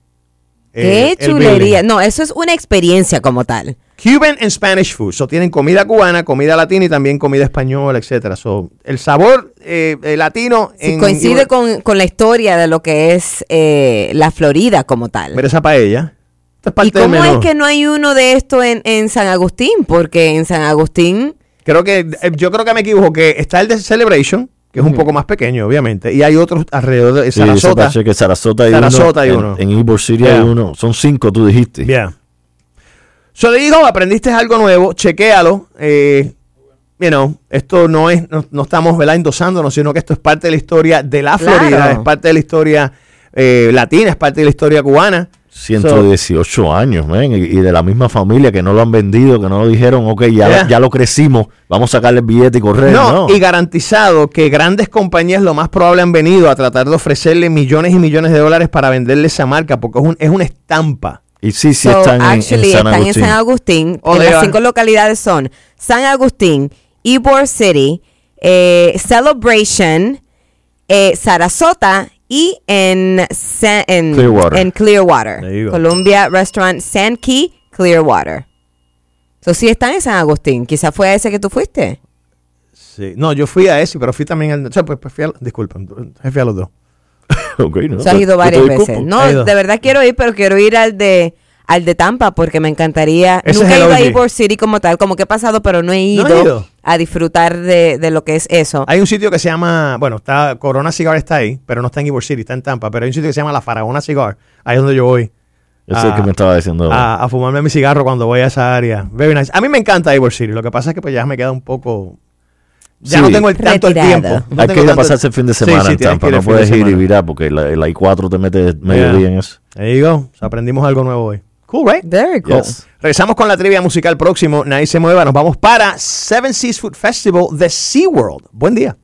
Eh,
¡Qué
el building.
chulería! No, eso es una experiencia como tal.
Cuban and Spanish food. So tienen comida cubana, comida latina y también comida española, etcétera. So, el sabor eh, eh, latino
Si
en-
coincide con, con la historia de lo que es eh, la Florida como tal.
Mira esa paella. Esto es parte
¿Y cómo
del menú.
es que no hay uno de esto en, en San Agustín? Porque en San Agustín...
Creo que eh, yo creo que me equivoco que está el de Celebration, que es un poco más pequeño, obviamente, y hay otros alrededor de
Sí, yo
Sarasota.
pensé que Sarasota hay
Sarasota hay
uno.
uno.
En, en Ybor City hay
Yeah.
uno. Son cinco, tú dijiste.
Yeah. So le digo, aprendiste algo nuevo, chequéalo. Eh, you know, esto no es, no, no estamos ¿verdad? endosándonos, sino que esto es parte de la historia de la
Claro.
Florida, es parte de la historia eh, latina, es parte de la historia cubana.
118 años, man, y, y de la misma familia que no lo han vendido, que no lo dijeron, ok, ya,
Yeah.
ya lo crecimos, vamos a sacarle el billete y correr.
No,
No,
y garantizado que grandes compañías lo más probable han venido a tratar de ofrecerle millones y millones de dólares para venderle esa marca, porque es, un- es una estampa.
Y sí, sí
So,
están, en-
actually,
en, San
están
Agustín.
en
(laughs)
San Agustín.
Oh,
En
they
las
are.
cinco localidades son San Agustín, Ybor City, eh, Celebration, eh, Sarasota y en, San- en
Clearwater.
en Clearwater.
There you go.
Columbia Restaurant San Key, Clearwater. So, sí están en San Agustín. Quizás fue a ese que tú fuiste.
Sí. No, yo fui a ese, pero fui también al... O sea, pues, pues fui a, disculpen, fui a los dos.
Ok, no,
So, has
yo-
ido
yo
varias
te
veces.
disculpo.
No,
He ido.
de verdad quiero ir, pero quiero ir al de al de Tampa porque me encantaría.
Ese
Nunca
es
he
el
ido a
OG.
Ybor City como tal, como que he pasado, pero no he
¿No
ido,
has ido?
a disfrutar de, de lo que es eso.
Hay un sitio que se llama, bueno, está Corona Cigar está ahí, pero no está en Ybor City, está en Tampa, pero hay un sitio que se llama La Faraona Cigar, ahí es donde yo voy.
Eso es lo que me estaba diciendo.
a, a fumarme mi cigarro cuando voy a esa área. Very nice. A mí me encanta Ybor City, lo que pasa es que pues ya me queda un poco... Ya
Sí.
no tengo el tanto el
Retirada.
tiempo. No tengo
Hay que ir a
tanto-
pasarse el fin de
Sí,
semana
sí,
en
tienes que
Tampa,
ir
no
el fin de
puedes ir y
semana.
virar porque la- el I4 te mete medio día en eso.
There you go. O sea, aprendimos algo nuevo hoy. Cool, right?
Very cool.
Yes.
Regresamos con la trivia musical próximo. Nadie se mueva. Nos vamos para Seven Seas Food Festival, The Sea World. Buen día.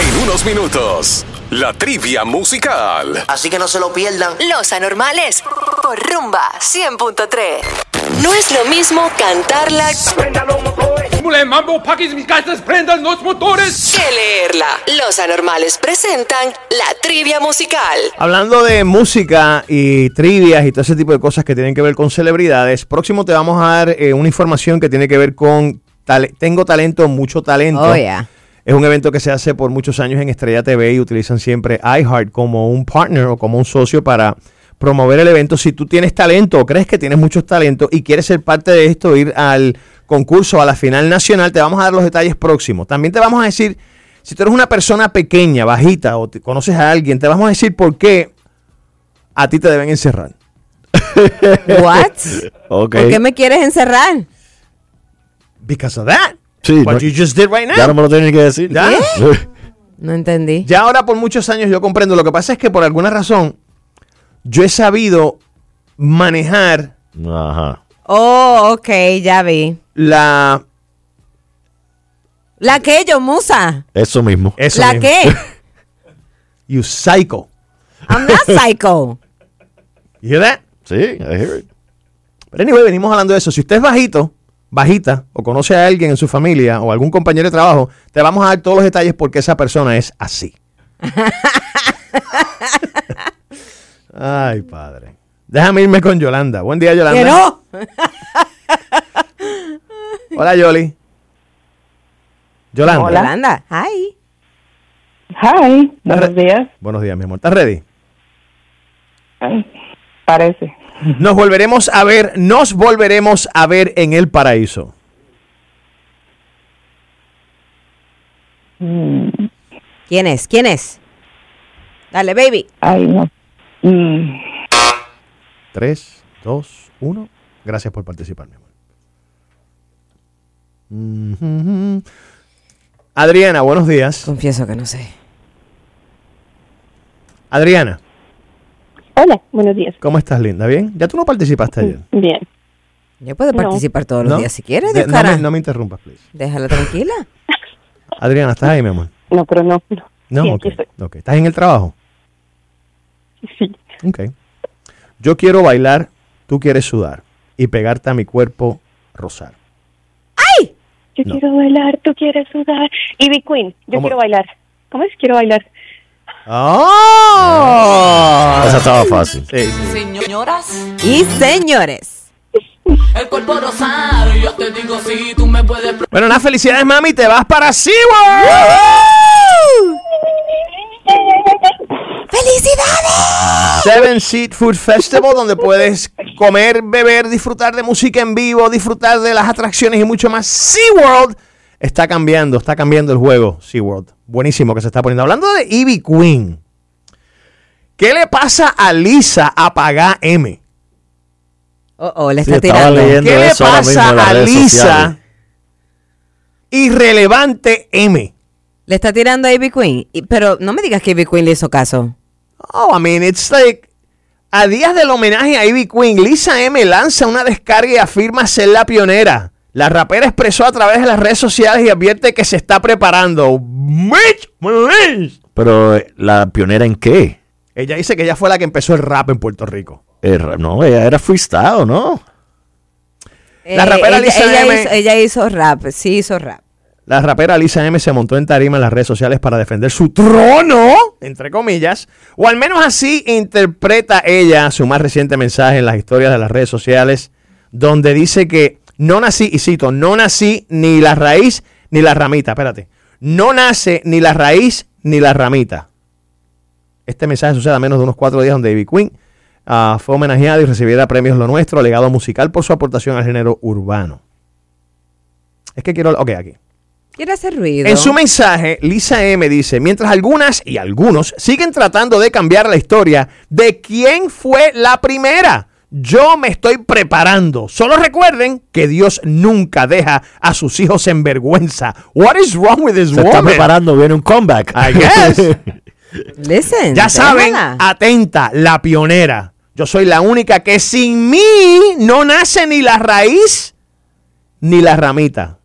En unos minutos, la trivia musical.
Así que no se lo pierdan. Los anormales por rumba 100.3. No es lo mismo cantarla que leerla. Los anormales presentan la trivia musical.
Hablando de música y trivias y todo ese tipo de cosas que tienen que ver con celebridades, próximo te vamos a dar eh, una información que tiene que ver con tale- Tengo Talento, Mucho Talento.
Oh, yeah.
Es un evento que se hace por muchos años en Estrella TV y utilizan siempre iHeart como un partner o como un socio para promover el evento. Si tú tienes talento o crees que tienes muchos talentos y quieres ser parte de esto, ir al concurso, a la final nacional, te vamos a dar los detalles próximos. También te vamos a decir, si tú eres una persona pequeña, bajita o te- conoces a alguien, te vamos a decir por qué a ti te deben encerrar.
What?
(laughs)
Ok.
¿Por qué me quieres encerrar?
Because of that.
Sí,
What
no-
you just did right now.
(laughs) ya no me lo tienen que decir.
Ya.
No entendí.
Ya ahora por muchos años yo comprendo. Lo que pasa es que por alguna razón yo he sabido manejar
Ajá.
Oh, ok, ya vi.
la...
La que yo, Musa.
Eso mismo.
Eso
¿La
mismo. (laughs)
qué?
You psycho.
I'm not psycho.
You hear that?
Sí, I hear it.
Pero anyway, venimos hablando de eso. Si usted es bajito, bajita, o conoce a alguien en su familia o algún compañero de trabajo, te vamos a dar todos los detalles porque esa persona es
(laughs)
así. Ay, padre. Déjame irme con Yolanda. Buen día, Yolanda.
¡Que no!
(laughs) Hola, Yoli. Yolanda.
Yolanda, hi.
Hi, buenos días.
Buenos días, mi amor. ¿Estás ready?
Ay, parece.
Nos volveremos a ver, nos volveremos a ver en el paraíso.
Mm,
¿Quién es? ¿Quién es? Dale, baby.
Ay, no. Mm,
3, 2, 1. Gracias por participar, mi amor. Mhm. Adriana, buenos días.
Confieso que no sé.
Adriana,
Hola, buenos días.
¿cómo estás, linda? ¿Bien? Ya tú no participaste ayer.
Bien.
Yo puedo
No.
participar todos los
¿No?
días si quieres,
De-
Dios
no,
cara.
me, no me interrumpas, please.
Déjala tranquila.
Adriana, ¿estás ahí, mi amor?
No, pero no. no.
No,
Sí,
ok.
aquí estoy.
ok. ¿Estás en el trabajo?
Sí.
Ok. Yo quiero bailar, tú quieres sudar y pegarte a mi cuerpo, rozar.
Yo
No.
quiero bailar, tú quieres sudar. Y Big Queen, yo
¿Cómo?
quiero bailar. ¿Cómo es? Quiero bailar.
¡Oh!
Esa estaba fácil.
Sí, sí.
Señoras,
Y señores,
el cuerpo rosado, yo te digo si tú me puedes...
Bueno, nada, felicidades, mami. Te vas para SeaWorld. Seven Seat Food Festival, donde puedes comer, beber, disfrutar de música en vivo, disfrutar de las atracciones y mucho más. SeaWorld está cambiando, está cambiando el juego. SeaWorld. Buenísimo que se está poniendo. Hablando de Ivy Queen. ¿Qué le pasa a Lisa Apagá M?
oh, oh, le
Sí,
está
estaba
tirando.
leyendo
¿Qué le
eso ahora mismo
pasa
en las
a
redes sociales.
Lisa Irrelevante M?
Le está tirando a Ivy Queen. Y- Pero no me digas que Ivy Queen le hizo caso.
Oh, I mean, it's like. A días del homenaje a Ivy Queen, Lisa M lanza una descarga y afirma ser la pionera. La rapera expresó a través de las redes sociales y advierte que se está preparando. Mitch Morales.
Pero eh, la pionera en qué?
Ella dice que ella fue la que empezó el rap en Puerto Rico.
Eh, ra- no, ella era freestyle, ¿no?
La rapera
Eh, ella,
Lisa
ella
M.
hizo, ella hizo rap, sí hizo rap.
La rapera Lisa M se montó en tarima en las redes sociales para defender su trono, entre comillas, o al menos así interpreta ella su más reciente mensaje en las historias de las redes sociales, donde dice que no nací, y cito, no nací ni la raíz ni la ramita, espérate, no nace ni la raíz ni la ramita. Este mensaje sucede a menos de unos cuatro días donde Ivy Queen ah, fue homenajeada y recibiera premios Lo Nuestro, legado musical por su aportación al género urbano. Es que quiero... Ok, aquí.
Quiere hacer ruido.
En su mensaje, Lisa M dice, mientras algunas y algunos siguen tratando de cambiar la historia de quién fue la primera, yo me estoy preparando. Solo recuerden que Dios nunca deja a sus hijos en vergüenza. What is wrong with this
Se
woman?
está preparando, viene un comeback.
I guess.
Listen,
Ya saben,
déjala.
atenta, la pionera. Yo soy la única que sin mí no nace ni la raíz ni la ramita.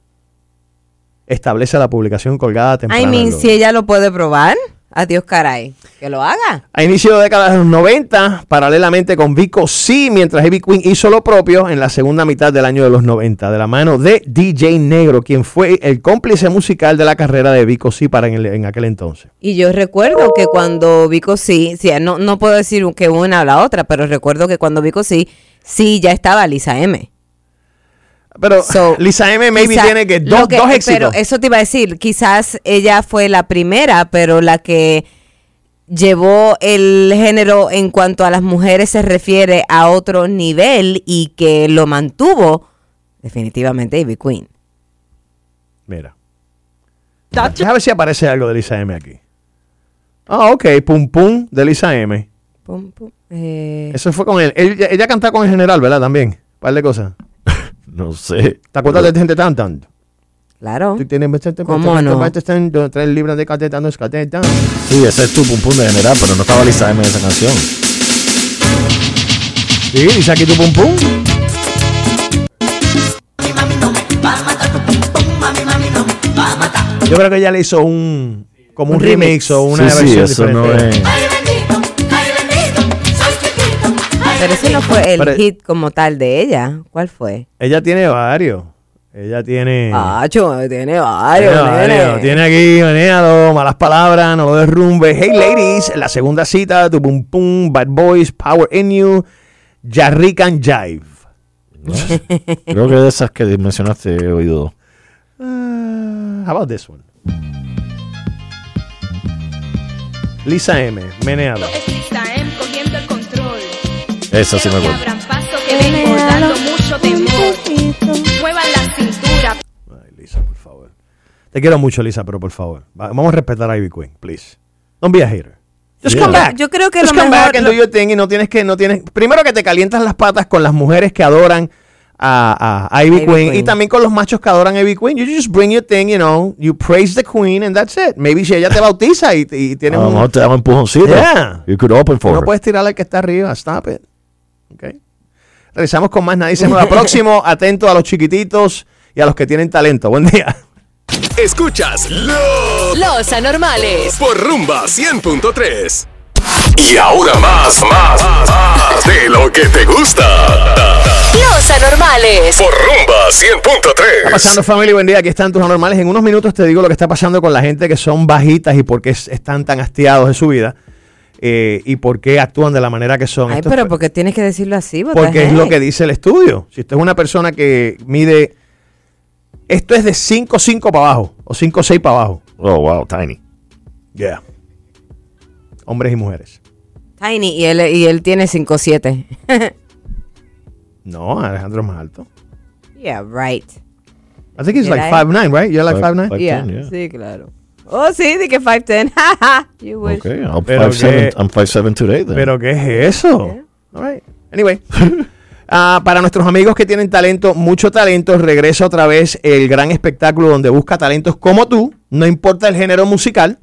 Establece la publicación colgada temprano.
I mean,
en los-
si ella lo puede probar, adiós caray, que lo haga.
A inicio de década de los 90, paralelamente con Vico C, mientras Heavy Queen hizo lo propio en la segunda mitad del año de los 90, de la mano de DJ Negro, quien fue el cómplice musical de la carrera de Vico C para en, el- en aquel entonces.
Y yo recuerdo que cuando Vico sí, sí, no, no puedo decir que una o la otra, pero recuerdo que cuando Vico sí, sí ya estaba Lisa M.
Pero
So,
(laughs) Lisa M maybe
quizá-
tiene que
lo
dos, dos
Pero
éxitos.
eso te iba a decir, quizás ella fue la primera, pero la que llevó el género en cuanto a las mujeres se refiere a otro nivel y que lo mantuvo definitivamente Ivy Queen.
Mira. Déjame ver si aparece algo de Lisa M aquí. Ah, ok, Pum Pum de Lisa M.
Pum, pum, eh,
Eso fue con él. Ella, ella canta con el general, ¿verdad? También. Un par de cosas.
(laughs) No sé.
¿Te acuerdas de gente tan tan?
Claro.
Tú tienes bastante
¿Cómo
bastante-
no?
bastante- bastante- tres libras de cateta, no es cateta.
Sí, ese es tu pum pum de general, pero no estaba Lisa M en esa canción.
Sí, dice aquí tu pum pum. Yo creo que ella le hizo un como un,
Un
remix.
remix.
o una
Sí, sí,
versión
eso
diferente.
no es-
Pero ese no fue el
Pero-
hit como tal de ella. ¿Cuál fue?
Ella tiene varios. Ella tiene.
Ah, chum, tiene varios.
Tiene,
nene.
varios. Tiene aquí meneado, malas palabras, no lo derrumbes. Hey ladies, la segunda cita, tu pum pum, bad boys, power in you, Jarrican Jive. (laughs)
Creo que de esas que mencionaste he oído dos.
Ah, how about this one? Lisa M, meneado.
cogiendo el control.
Esa sí me acuerdo.
Abran paso que vengo dando mucho temor. Muevan la cintura.
Te quiero mucho, Lisa, pero por favor, va- vamos a respetar a Ivy Queen, please. Don't be a hater. Just
Yeah.
come back.
Yo creo que
Just
lo
come
mejor-
back and
lo-
do your thing y no tienes que, no tienes. Primero que te calientas las patas con las mujeres que adoran a, a- a Ivy,
Ivy
Queen, y
Queen.
también con los machos que adoran a Ivy Queen. You just bring your thing, you know, you praise the Queen and that's it. Maybe si ella te bautiza y, y
A
tienes
lo
un-
mejor te da un empujoncito.
Yeah.
You could open for
no pues.
her.
puedes tirar al que está arriba. Stop it. Okay. Regresamos con más. Nadie se mueva. Próximo,
(laughs)
atento a los chiquititos y a los que tienen talento. Buen día.
Escuchas lo-
Los anormales.
por Rumba 100.3. Y ahora más, más, más, más de lo que te gusta.
Los anormales.
Por Rumba 100.3.
Está pasando, familia. Buen día. Aquí están tus anormales. En unos minutos te digo lo que está pasando con la gente que son bajitas y por qué es- están tan hastiados de su vida eh, y por qué actúan de la manera que son.
Ay,
Esto
pero
es-
porque tienes que decirlo así, what the
porque es lo
heck?
que dice el estudio. Si usted es una persona que mide. Esto es de 5'5 para abajo o 5'6 para abajo.
Oh, wow, tiny.
Yeah. Hombres y mujeres.
Tiny, y él, y él tiene 5'7.
No, Alejandro es más alto.
(laughs) yeah, right.
I think he's like
Mira él.
5'9, right? You're like 5'9?
Yeah, Sí, claro. Oh, sí, de que 5'10. (laughs) you wish.
Okay, I'm
Pues. Pero
5'7
que-
I'm 5'7 today then.
¿Pero qué es eso? All right. Anyway. Ah, para nuestros amigos que tienen talento, mucho talento, regresa otra vez el gran espectáculo donde busca talentos como tú, no importa el género musical.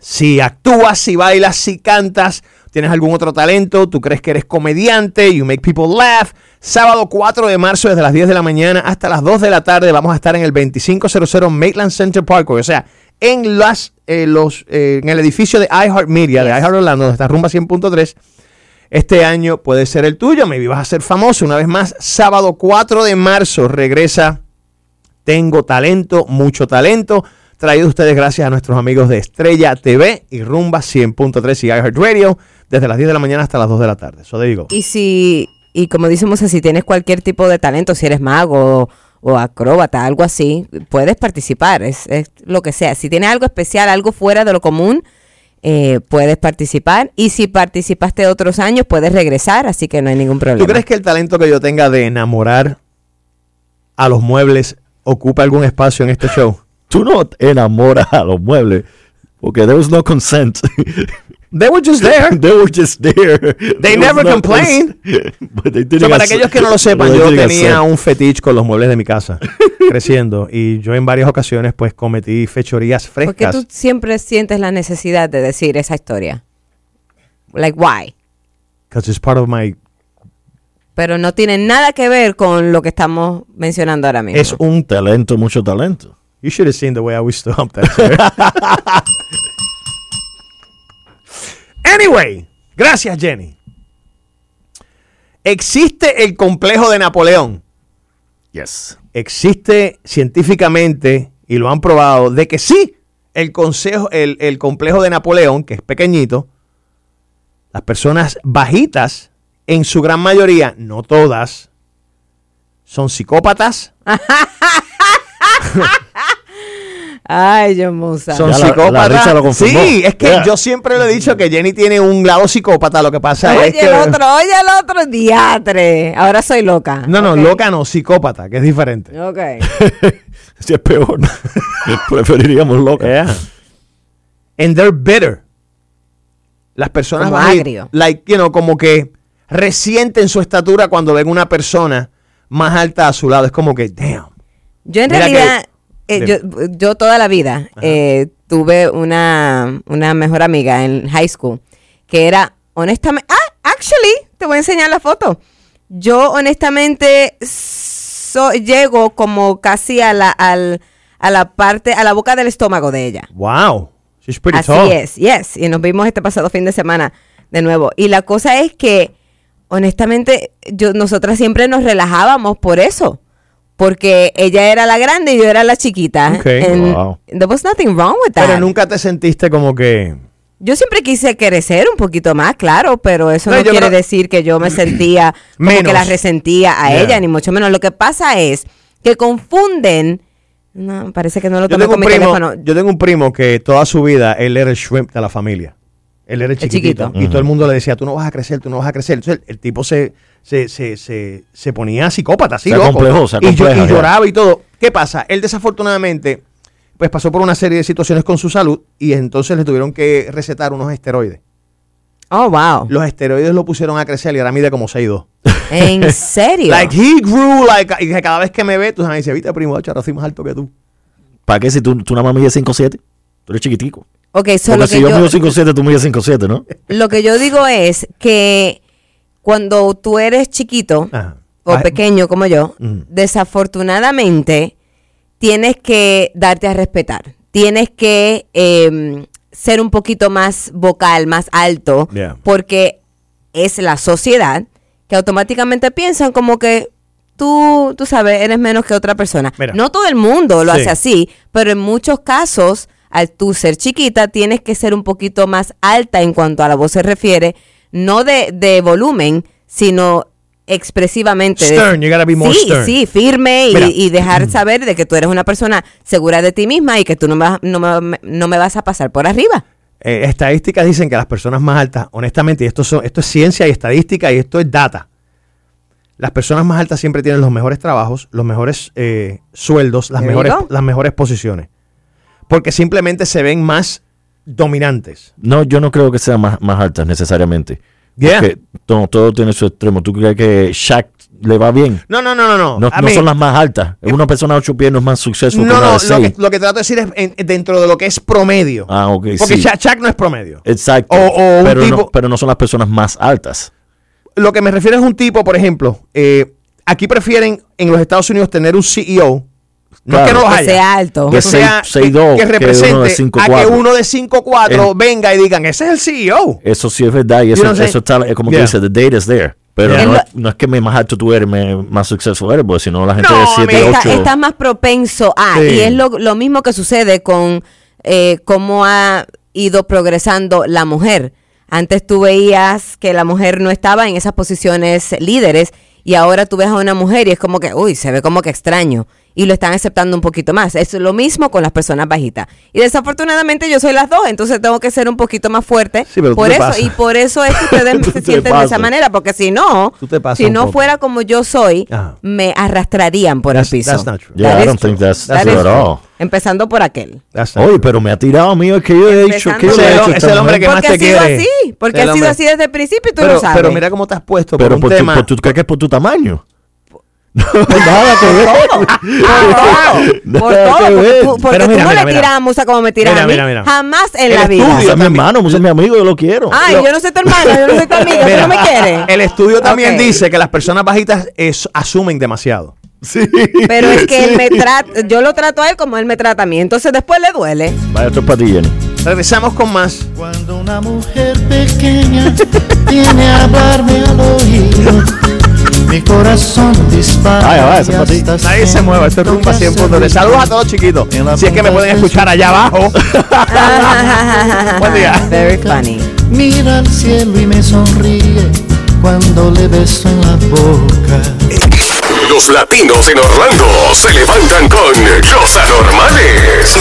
Si actúas, si bailas, si cantas, tienes algún otro talento, tú crees que eres comediante, you make people laugh. Sábado 4 de marzo, desde las 10 de la mañana hasta las 2 de la tarde, vamos a estar en el 2500 Maitland Center Parkway, o sea, en, las, eh, los, eh, en el edificio de iHeartMedia, de iHeart Orlando, donde está Rumba 100.3. Este año puede ser el tuyo, maybe vas a ser famoso. Una vez más, sábado 4 de marzo regresa Tengo Talento, mucho talento. Traído a ustedes gracias a nuestros amigos de Estrella TV y Rumba 100.3 y iHeartRadio desde las 10 de la mañana hasta las 2 de la tarde. Eso digo.
Y si, y como dice Musa, si tienes cualquier tipo de talento, si eres mago o, o acróbata, algo así, puedes participar, es, es lo que sea. Si tienes algo especial, algo fuera de lo común, eh, puedes participar. Y si participaste otros años, puedes regresar, así que no hay ningún problema.
¿Tú crees que el talento que yo tenga de enamorar a los muebles ocupa algún espacio en este show?
Tú no enamoras (laughs) a los muebles. Porque there was no consent.
They were just there.
(laughs) They were just there.
They
There
never
was no
complained.
consent. (laughs) But they didn't
So, para
accept-
aquellos que no lo sepan,
but they
yo
didn't
tenía
accept.
un fetiche con los muebles de mi
(laughs)
casa creciendo y yo en varias ocasiones pues cometí fechorías
¿Por qué
frescas.
tú siempre sientes la necesidad de decir esa historia? Like, why?
Because it's part of my.
Pero no tiene nada que ver con lo que estamos mencionando ahora mismo.
Es un
talento, mucho talento.
You should have seen the way I was stomped that chair. (laughs) anyway, gracias Jenny. Existe el complejo de Napoleón.
Yes.
Existe científicamente y lo han probado de que sí, el, consejo, el, el complejo de Napoleón, que es pequeñito, las personas bajitas, en su gran mayoría, no todas, son psicópatas,
Ay, yo Musa.
Son psicópatas. sí, es que yo siempre le he dicho que Jenny tiene un lado psicópata. Lo que pasa
oye
es que.
el otro, oye el otro, diatre. Ahora soy loca.
No, no, loca no, psicópata, que es diferente. (laughs)
Ok.
Sí, es peor. Preferiríamos loca.
And they're bitter. Las personas
Como
bajitas,
agrio.
like, you know, como que resienten su estatura cuando ven una persona más alta a su lado. Es como que, damn.
Yo en
Mira
realidad, eh,
De-
yo, yo toda la vida eh, tuve una, una mejor amiga en high school que era honestamente, ah, actually, te voy a enseñar la foto. Yo honestamente so- llego como casi a la, al- a la parte, a la boca del estómago de ella.
Wow. She's pretty
Así
tall.
es, yes. Y nos vimos este pasado fin de semana de nuevo. Y la cosa es que, honestamente, yo, nosotras siempre nos relajábamos por eso. Porque ella era la grande y yo era la chiquita.
Ok.
And
Wow.
There was nothing wrong with that.
Pero nunca te sentiste como que.
Yo siempre quise crecer un poquito más, claro, pero eso
No,
no,
yo
quiere
creo-
decir que yo
(clears throat)
me sentía como
Menos.
que la resentía a
Yeah.
ella, ni mucho menos. Lo que pasa es que confunden. No, parece que no lo
Yo
tomé
tengo, un
con mi
primo,
teléfono.
yo tengo un primo que toda su vida él era el shrimp de la familia. Él era el chiquitito.
chiquito.
Y
Ujú.
todo el mundo le decía, tú no vas a crecer, tú no vas a crecer. Entonces el, el tipo se, se, se, se, se ponía psicópata, así
Se
loco.
acomplejó, se
y, yo- y
acompleja, ya.
lloraba y todo. ¿Qué pasa? Él desafortunadamente pues pasó por una serie de situaciones con su salud y entonces le tuvieron que recetar unos esteroides.
Oh, wow.
Los esteroides lo pusieron a crecer y ahora mide como 6'2". (laughs)
¿En serio?
Like he grew, like, y que cada vez que me ve, tú sabes, me dice, viste primo, hacho, ahora soy más alto que tú.
¿Para qué si tú, tú nada más mides 5'7"? Tú eres chiquitico.
Ok, so
Porque
lo
si
que
yo,
yo,
mido 5'7", tú mides 5'7", ¿no?
lo que yo digo es que cuando tú eres chiquito o
Ah. Ay. Mm.
pequeño como yo,
Ujú.
desafortunadamente tienes que darte a respetar. Tienes que eh, ser un poquito más vocal, más alto,
Yeah.
porque es la sociedad que automáticamente piensan como que tú, tú sabes, eres menos que otra persona.
Mira.
No todo el mundo lo
Sí.
hace así, pero en muchos casos, al tú ser chiquita, tienes que ser un poquito más alta en cuanto a la voz se refiere, no de, de volumen, sino expresivamente. De-
Stern, you gotta be more
sí,
stern.
sí, firme y,
Mira. Mm.
y dejar saber de que tú eres una persona segura de ti misma y que tú no me, vas- no me- no me vas a pasar por arriba.
Eh, estadísticas dicen que las personas más altas, honestamente, y esto, son, esto es ciencia y estadística y esto es data. Las personas más altas siempre tienen los mejores trabajos, los mejores eh, sueldos, las
¿Te
mejores,
digo?
las mejores posiciones. Porque simplemente se ven más dominantes.
No, yo no creo que sean más, más altas necesariamente.
Yeah.
Porque to- todo tiene su extremo. ¿Tú crees que Shaq le va bien?
No, no, no, no. No,
No,
I
no
mean,
son las más altas. Una persona de ocho pies no es más successful que
no,
una
no,
de
lo
seis.
que, lo que trato de decir es en- dentro de lo que es promedio.
Ah, ok,
Porque
sí.
Sha- Shaq no es promedio.
Exacto.
O- o un
pero,
tipo-
no, pero no son las personas más altas.
Lo que me refiero es un tipo, por ejemplo, eh, aquí prefieren en los Estados Unidos tener un CEO. No
Claro.
que no los
Que
haya.
sea alto.
Que
o sea,
seis- seis
que
dos, que uno de
represente
cinco
a que
cuatro.
uno de 5'4
El-
venga y digan, ese es el E CEO.
Eso sí es verdad. Y eso,
know what I'm
eso
saying?
está, eh, como
Yeah.
tú dices, the data is there. Pero
Yeah.
no,
Es
es, no es que me- más alto tú eres, me- más successful eres, porque si no la gente
No,
de
amigo,
7,
está-
8.
estás más propenso a.
Sí.
Y es lo, lo mismo que sucede con eh, cómo ha ido progresando la mujer. Antes tú veías que la mujer no estaba en esas posiciones líderes y ahora tú ves a una mujer y es como que, uy, se ve como que extraño. Y lo están aceptando un poquito más. Es lo mismo con las personas bajitas. Y desafortunadamente yo soy las dos, entonces tengo que ser un poquito más fuerte.
Sí, pero tú
por
te
eso,
pasas.
y por
(laughs)
eso es que ustedes
Tú
se
te
sienten de esa
pasas.
manera, porque si no,
Tú te pasas
si
un
no
poco.
fuera como yo soy,
Ajá.
me arrastrarían por el piso.
that's not true. Yeah,
That
I
is
don't
true.
think that's-
That
that's
is
at
true.
all.
Empezando por aquel.
Oye, pero me ha tirado mío. Es que yo he hecho.
Empezando
que yo
por
le he
aquel.
hecho a esta mujer?
porque ha sido así, porque
El
ha sido
hombre.
así desde el principio y tú lo
Pero,
sabes.
pero mira cómo te has puesto por
Pero
un
por tu,
tema.
por tu- ¿crees que es por
(laughs)
tu tamaño? (laughs) No, nada que ver.
Ah,
(laughs)
por
Nada
todo,
que
porque
ver.
tú, porque tú no le tiras a Musa como me tiras
Mira,
a mí,
mira, mira.
jamás en
El
la vida.
Musa es mi hermano, Musa es mi amigo, yo lo quiero.
Ah.
Ay, yo no soy tu hermana, yo no soy tu amiga, tú
Mira,
no me quieres.
El estudio también
Ok.
dice que las personas bajitas es- asumen demasiado.
Sí.
Pero es
(laughs)
que él me trata, yo lo trato a él como él me trata a mí, entonces después le duele.
Vaya, esto es para ti, Jenny.
Regresamos con más.
Cuando una mujer pequeña viene a hablarme al oído, mi corazón dispara.
Vaya, vaya,
y
eso es para ti.
hasta
Nadie se mueva, esto es rumba 100.3. Saludos a todos chiquitos. Si es que me pueden escuchar allá abajo. Buen día.
Very funny.
Mira al cielo y me sonríe cuando le beso en la boca.
Los latinos en Orlando se levantan con los anormales.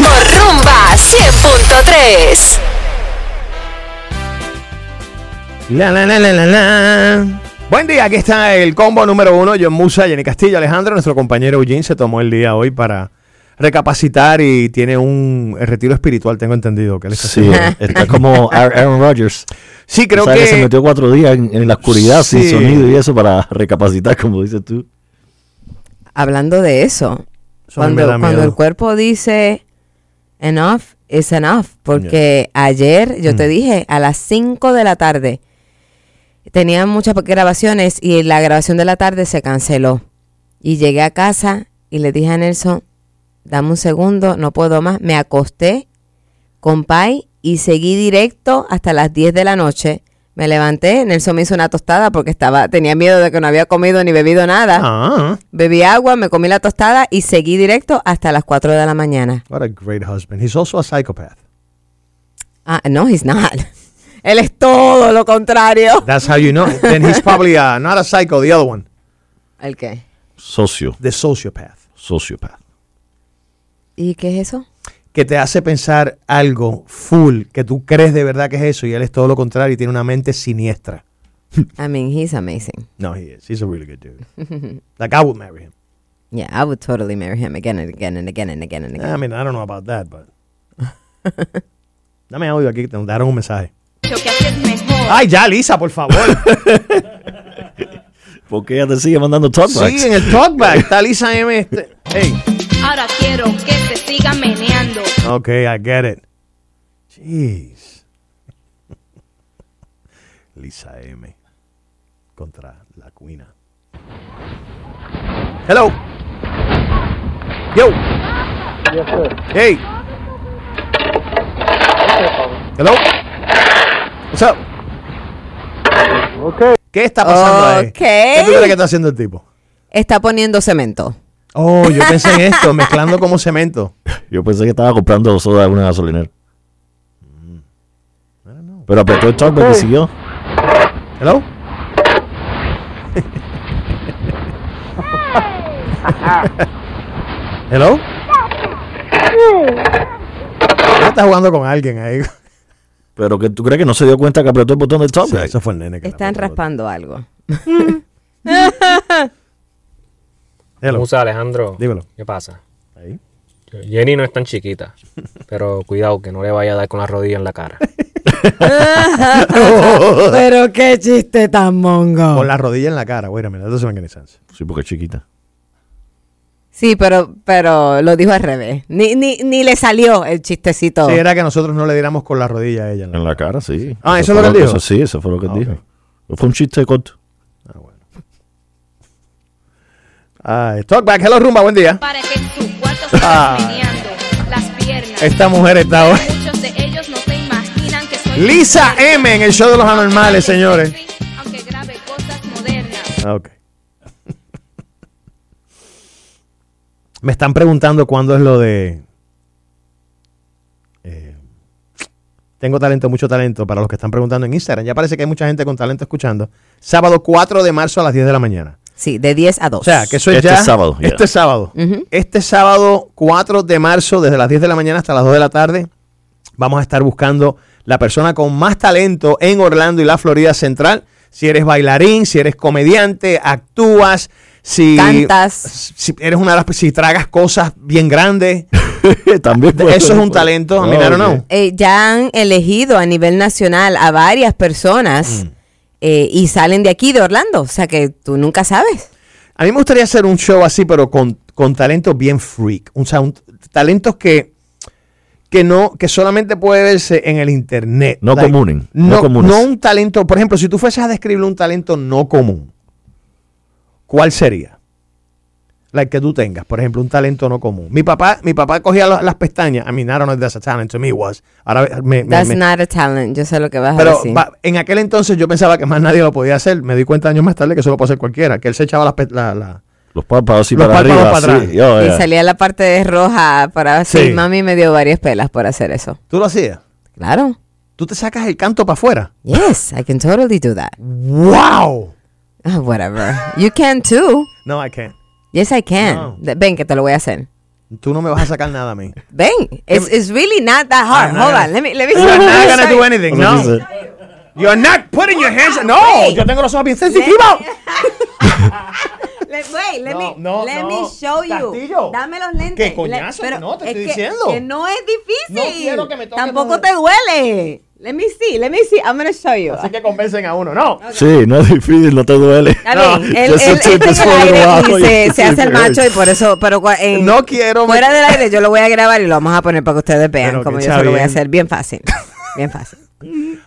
Por Rumba 100.3.
La, la, la, la, la, la. Buen día, aquí está el combo número uno, John Musa, Jenny Castillo, Alejandro, nuestro compañero Eugene se tomó el día hoy para recapacitar y tiene un retiro espiritual, tengo entendido que él está
Sí,
(laughs)
eh,
haciendo.
está como Ar- Aaron Rodgers.
Sí, creo
O sea,
que-
se metió cuatro días en, en la oscuridad
Sí.
sin sonido y eso para recapacitar, como dices tú.
Hablando de eso,
Eso a mí me
Cuando,
da
cuando
miedo.
el cuerpo dice enough, es enough. Porque ayer yo
Mm.
te dije, a las 5 de la tarde, tenían muchas grabaciones y la grabación de la tarde se canceló. Y llegué a casa y le dije a Nelson, dame un segundo, no puedo más. Me acosté con Pai y seguí directo hasta las 10 de la noche. Me levanté, Nelson me hizo una tostada porque estaba, tenía miedo de que no había comido ni bebido nada.
Ah.
Bebí agua, me comí la tostada y seguí directo hasta las 4 de la mañana.
What a great husband. He's also a psychopath.
Ah, no, he's not. (laughs) Él es todo lo contrario.
That's how you know. (laughs) Then he's probably uh, not a psycho, the other one.
¿El qué?
Socio.
The sociopath.
Sociopath.
¿Y qué es eso?
Que te hace pensar algo full, que tú crees de verdad que es eso, y él es todo lo contrario y tiene una mente siniestra.
I mean, he's amazing.
No, he is. He's a really good dude. (laughs) Like, I would marry him.
yeah, I would totally marry him again and again and again and again and again.
Eh, I mean, I don't know about that, but. (laughs) Dame audio aquí, que te mandaron un mensaje. Ay, ya, Lisa, por favor.
Porque ella te sigue mandando
(laughs)
talkbacks.
sí, en el talkback está Lisa M. Este. Hey.
Ahora quiero que se siga meneando.
Ok, I get it. Jeez. (laughs) Lisa M. Contra la cuina. Hello. Yo. Hey. Hello. What's up? ¿Qué está pasando ahí?
Ok.
¿Qué tú crees que está haciendo el tipo?
Está poniendo cemento.
Oh, yo pensé en esto, mezclando como cemento.
Yo pensé que estaba comprando soda en una gasolinera.
Mm.
Pero apretó el
Oh.
talkback y siguió.
Hello. Hello. Ella está jugando con alguien ahí.
Pero que tú crees que no se dio cuenta que apretó el botón del talkback.
eso fue el nene que
Están raspando algo.
Usa Alejandro.
Dímelo.
¿Qué pasa? Jenny no es tan chiquita, pero (laughs) cuidado que no le vaya a dar con la rodilla en la cara.
(laughs) Pero qué chiste tan mongo.
Con la rodilla en la cara. Bueno, mira, entonces me sense.
Sí, porque es chiquita.
Sí, pero, pero lo dijo al revés. Ni, ni, ni le salió el chistecito.
Sí, era que nosotros no le diéramos con la rodilla a ella. Ah. ¿no?
En la cara, sí.
Ah, ¿eso es lo
fue
que él dijo? Ah,
Eso sí, eso fue lo que él dijo. Fue un chiste corto.
Ay, Talkback, hello Rumba, buen día.
Para que en su cuarto se siga
Ah.
meneando. Las piernas.
Esta mujer está hoy.
Muchos de ellos no se imaginan que soy
Lisa M en el show de los anormales, señores.
aunque grabe cosas modernas.
Ah, ok. (laughs) Me están preguntando cuándo es lo de. eh, tengo talento, mucho talento. Para los que están preguntando en Instagram, ya parece que hay mucha gente con talento escuchando. Sábado 4 de marzo a las 10 de la mañana.
Sí, de 10 a 2.
O sea, que eso es
Este
ya.
sábado, ya.
Este sábado. Este sábado 4 de marzo, desde las 10 de la mañana hasta las 2 de la tarde, vamos a estar buscando la persona con más talento en Orlando y la Florida Central. Si eres bailarín, si eres comediante, actúas, si
Cantas.
si eres una de las si tragas cosas bien grandes,
(laughs) También puede
eso es
ser.
un talento, I mean, I don't know.
Eh, ya han elegido a nivel nacional a varias personas
Mm.
eh, y salen de aquí, de Orlando. O sea, que tú nunca sabes.
A mí me gustaría hacer un show así, pero con, con talentos bien freak. O sea, un- talentos que, que no, que solamente puede verse en el internet.
No
Like,
comunen, no
No,
comunes.
no un talento. Por ejemplo, si tú fueses a describir un talento no común, ¿cuál sería? La que tú tengas, por ejemplo, un talento no común. Mi papá, mi papá cogía la- las pestañas. I mean, I don't know if that's a talent to me was. Ahora me, me-
That's
me-
not a talent. Yo sé lo que vas a
pero
decir.
va- en aquel entonces yo pensaba que más nadie lo podía hacer. Me di cuenta años más tarde que eso lo puede hacer cualquiera. Que él se echaba las, pe- la- la,
Los párpados así
Los
para
párpados
arriba.
para
así.
atrás.
Yo, eh,
Y
ya.
salía la parte de roja para sí.
Sí.
Mami me dio varias pelas por hacer eso.
¿Tú lo hacías?
Claro.
¿Tú te sacas el canto para afuera?
Yes, I can totally do that.
¡Wow!
Ah, whatever. You can too.
No, I can't.
Yes, I can. De- Ven, que te lo voy a hacer.
Tú no me vas a sacar nada a mí.
Ven,
Em,
it's, it's really not that hard.
I'm not
Hold
gonna-
on, let
(laughs)
me let me.
(laughs) You're not gonna do anything,
Eso
no.
dice.
You're not putting your hands. No, yo tengo los ojos bien sensitivos.
Let, wait, let me
No, no,
let
no.
me show you.
Castillo.
Dame los lentes.
¿Qué coñazo?
Le-
No, te
es
estoy
que-
diciendo.
Que no es difícil.
No quiero que me toques
Tampoco
los-
te duele. Let me see, let me see. I'm gonna show you.
Así que convencen a uno, no.
Sí, no es difícil, no te
(laughs)
duele.
Está bien, él, él- él está en el aire y se, se hace el macho y por eso, pero cua- en-
No quiero-
Fuera del aire yo lo voy a grabar y lo vamos a poner para que ustedes vean
Pero
como
que
yo
está
se lo voy a
bien.
hacer bien fácil.
(laughs)
Bien fácil.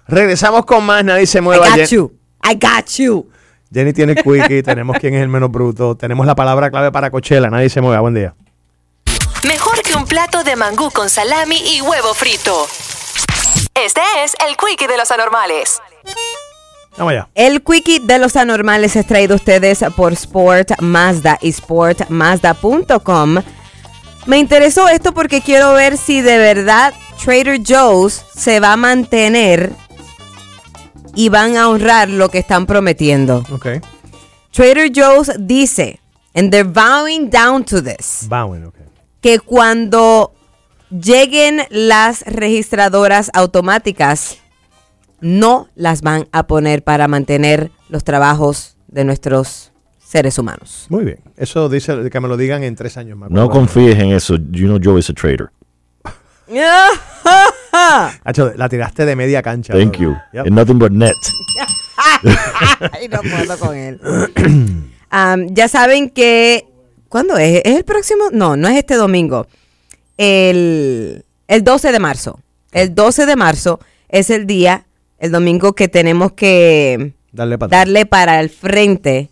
Regresamos con más, nadie se
I
mueva.
got
Jen-
you. I got you.
Jenny tiene el quickie, (laughs) tenemos quién es el menos bruto, tenemos la palabra clave para Coachella, nadie se mueva, buen día.
Mejor que un plato de mangú con salami y huevo frito. Este es el Quickie de los Anormales.
Vamos allá.
El Quickie de los Anormales es traído a ustedes por Sport Mazda y SportMazda.com. Me interesó esto porque quiero ver si de verdad Trader Joe's se va a mantener y van a honrar lo que están prometiendo.
Ok.
Trader Joe's dice, and they're vowing down to this,
Vamos, ok.
que cuando lleguen las registradoras automáticas, no las van a poner para mantener los trabajos de nuestros seres (laughs) humanos.
Muy bien. Eso dice que me lo digan en tres años más.
No confíes en eso. You know Joe is a traitor.
Hacho, la tiraste de media cancha.
Thank
bro.
you.
Yep.
And nothing but net.
Ay, no puedo con él. (clears throat) Am, ya saben que. ¿Cuándo es? ¿Es el próximo? No, no es este domingo. El, el 12 de marzo. El 12 de marzo es el día, el domingo que tenemos que
Darle para atrás.
darle para el frente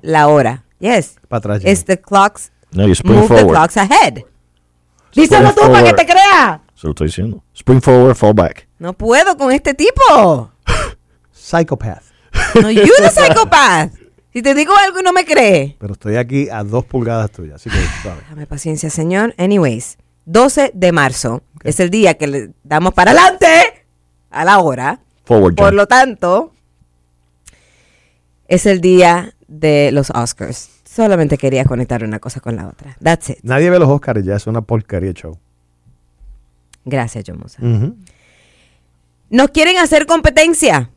la hora. Yes.
Para atrás. Jenny.
It's the clocks.
No, you spring
Move the
forward.
clocks ahead. Díselo tú para que te creas.
Se lo estoy diciendo. Spring forward, fall back.
No puedo con este tipo.
Psychopath.
No, you the psychopath. Si te digo algo y no me crees.
Pero estoy aquí a dos pulgadas tuyas, así que suave.
Dame paciencia, señor. Anyways, 12 de marzo es el día que le damos para adelante a la hora.
Forward,
Por
John.
lo tanto, es el día de los Oscars. Solamente quería conectar una cosa con la otra. That's it.
Nadie ve los Oscars ya, es una porquería de show.
Gracias, John
Mm.
Musa. Nos quieren hacer competencia.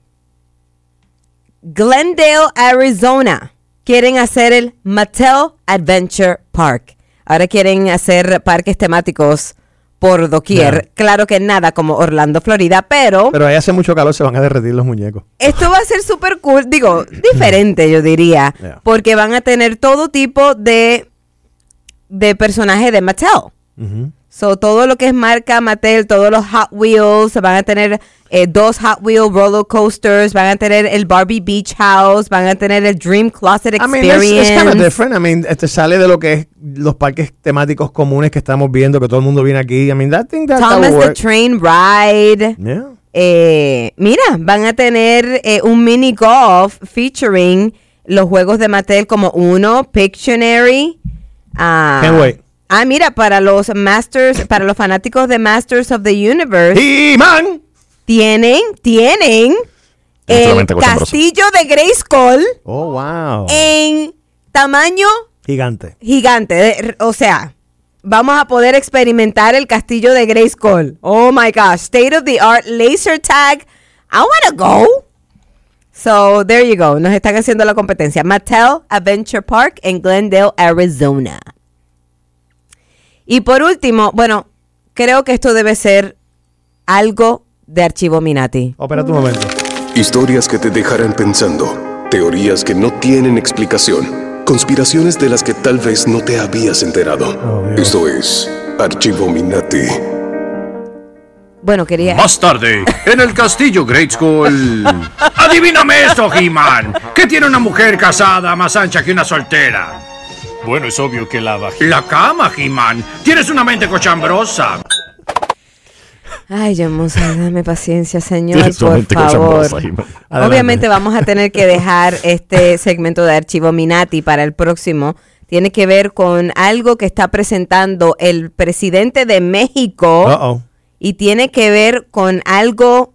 Glendale, Arizona. Quieren hacer el Mattel Adventure Park. Ahora quieren hacer parques temáticos por doquier. Claro que nada como Orlando, Florida, pero
Pero ahí hace mucho calor, se van a derretir los muñecos.
esto va a ser súper cool.
(clears throat)
Digo, diferente, yo diría.
Yeah.
Porque van a tener todo tipo de, de personajes de Mattel.
Mm-hmm.
So, todo lo que es marca Mattel, todos los Hot Wheels, van a tener eh, dos Hot Wheels roller coasters, van a tener el Barbie Beach House, van a tener el Dream Closet
I mean,
Experience.
it's, it's kind of different. I mean, este sale de lo que es los parques temáticos comunes que estamos viendo, que todo el mundo viene aquí. I mean, that thing that, that
Thomas
would
the
work.
Train Ride.
Yeah.
Eh, mira, van a tener eh, un mini golf featuring los juegos de Mattel como uno, Pictionary. ah,
Can't wait.
Ah, mira, para los Masters, para los fanáticos de Masters of the Universe,
He-Man.
tienen, tienen
Tiene
el
solamente cosas
castillo de Grayskull
Oh, wow.
Eh. en tamaño
Gigante.
gigante. de- o sea, vamos a poder experimentar el castillo de Grayskull. Oh my gosh, state of the art laser tag. I wanna go. So there you go. Nos están haciendo la competencia. Mattel Adventure Park en Glendale, Arizona. Y por último, bueno, creo que esto debe ser algo de archivo Minati.
Opera tu momento.
Historias que te dejarán pensando, teorías que no tienen explicación, conspiraciones de las que tal vez no te habías enterado. Esto es Archivo Minati.
Bueno, quería.
Más tarde, en el castillo Great School. (laughs) Adivíname esto, He-Man. ¿Qué tiene una mujer casada más ancha que una soltera? Bueno, es obvio que la vagina. La cama, He-Man. Tienes una mente cochambrosa.
Ay, yo dame paciencia, señor,
Tienes una
por
mente con
favor.
chambrosa, Ima.
Adelante.
Obviamente vamos a tener que dejar
(laughs)
este segmento de Archivo Minati para el próximo. Tiene que ver con algo que está presentando el presidente de México
Uh-oh.
y tiene que ver con algo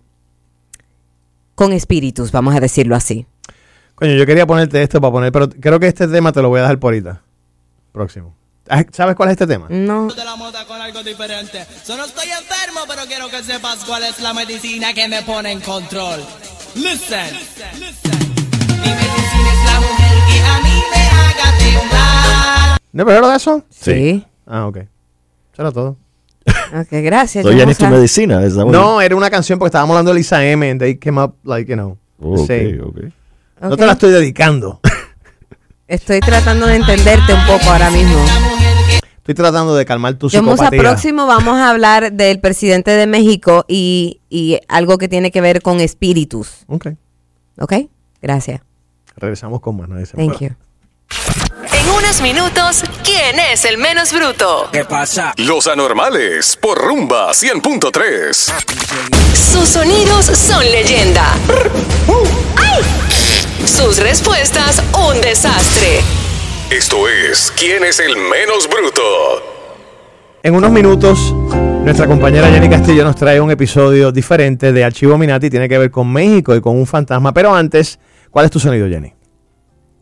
con espíritus, vamos a decirlo así.
Coño, yo quería ponerte esto para poner, pero creo que este tema te lo voy a dejar por ahorita. Próximo. Ah, ¿Sabes cuál es este tema?
No.
Solo estoy enfermo, pero quiero que sepas cuál es la medicina que me pone en control. Listen. Mi medicina es la mujer que a mí me haga temblar.
¿No pero heard de eso?
Sí.
Ah, ok. Eso era todo.
Ok, gracias.
So
yo
ya
no
ni tu
sab-
medicina. is that what
No, era una canción porque estábamos hablando de Lisa M. And they came up, like, you know.
Oh, ok,
say,
ok.
No te la estoy dedicando. (laughs)
Estoy tratando de entenderte un poco ahora mismo.
Estoy tratando de calmar tu
Yo, Musa,
psicopatía.
próximo vamos a hablar del presidente de México y, y algo que tiene que ver con espíritus.
Ok.
Ok, gracias.
Regresamos con más. nadie se
Thank
mueva.
you.
En unos minutos, ¿quién es el menos bruto?
¿Qué pasa? Los anormales por rumba 100.3.
Sus sonidos son leyenda. Sus respuestas, un desastre.
Esto es ¿Quién es el menos bruto?
En unos minutos, nuestra compañera Jenny Castillo nos trae un episodio diferente de Archivo Minati. Tiene que ver con México y con un fantasma. Pero antes, ¿cuál es tu sonido, Jenny?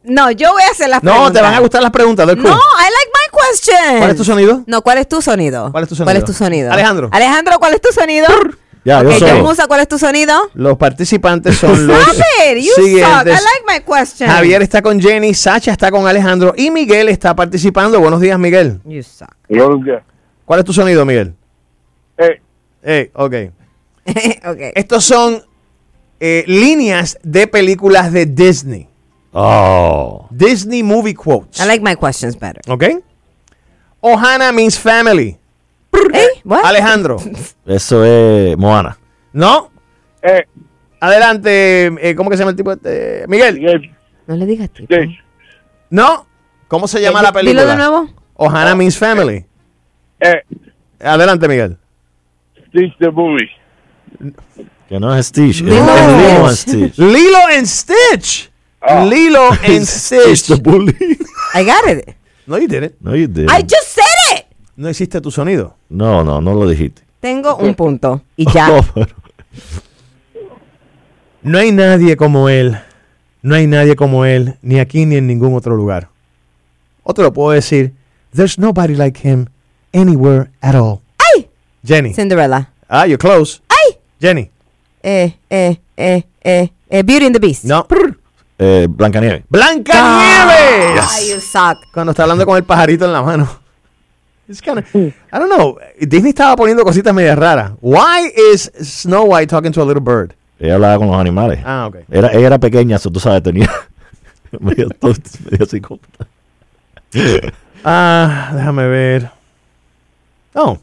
No, yo voy a hacer las
No,
preguntas.
te van a gustar las preguntas del
No, I
quiz.
like my question.
¿Cuál es tu sonido?
No, ¿cuál es tu sonido? ¿Cuál es tu
sonido? Alejandro.
Alejandro, ¿cuál es tu sonido?
Ya, yo
Ok,
solo.
John Musa, ¿cuál es tu sonido?
Los participantes
(laughs)
son los
Stop it, you suck. I
siguientes.
like my question.
Javier está con Jenny, Sacha está con Alejandro y Miguel está participando. Buenos días, Miguel.
You suck.
¿Cuál es tu sonido, Miguel? Eh. Eh, ok.
(laughs) ok.
Estos son eh, líneas de películas de Disney.
Oh.
Disney Movie Quotes.
I like my questions better.
¿Ok? Ohana means family.
(laughs)
Alejandro.
Eso es Moana.
¿No? Adelante. eh, ¿Cómo que se llama el tipo? este? Miguel.
Eh,
No le digas tipo.
¿No? ¿Cómo se llama
Eh,
la
di-
película?
dilo de nuevo.
Ohana means family. Adelante, Miguel.
Stitch eh, the movie.
Que no es Stitch. Es,
Lilo
es Lilo and
and
Stitch.
Lilo and Stitch.
(laughs)
Lilo and Stitch.
the bully.
I got it.
No, you didn't.
No, you didn't.
I just said it.
No hiciste tu sonido.
No, no, no lo dijiste. (laughs)
Tengo
Eh.
un punto. Y ya.
Oh, pero-
No hay nadie como él. No hay nadie como él, ni aquí ni en ningún otro lugar. O te lo puedo decir. There's nobody like him anywhere at all.
¡Ay!
Jenny.
Cinderella.
Ah, you're close.
¡Ay!
Jenny.
Eh, eh, eh, eh, eh, Beauty and the Beast.
No.
Eh, Blancanieves.
¡Blanca Nieves!
Ay, you suck.
Cuando está hablando con el pajarito en la mano. It's kinda- I don't know. Disney estaba poniendo cositas medias raras. Why is Snow White talking to a little bird?
Ella hablaba con los animales.
Ah, ok.
Era, ella era pequeña, eso tú sabes, tenía. (laughs) medio, tonto, medio psicópata.
Ah, déjame ver. Oh.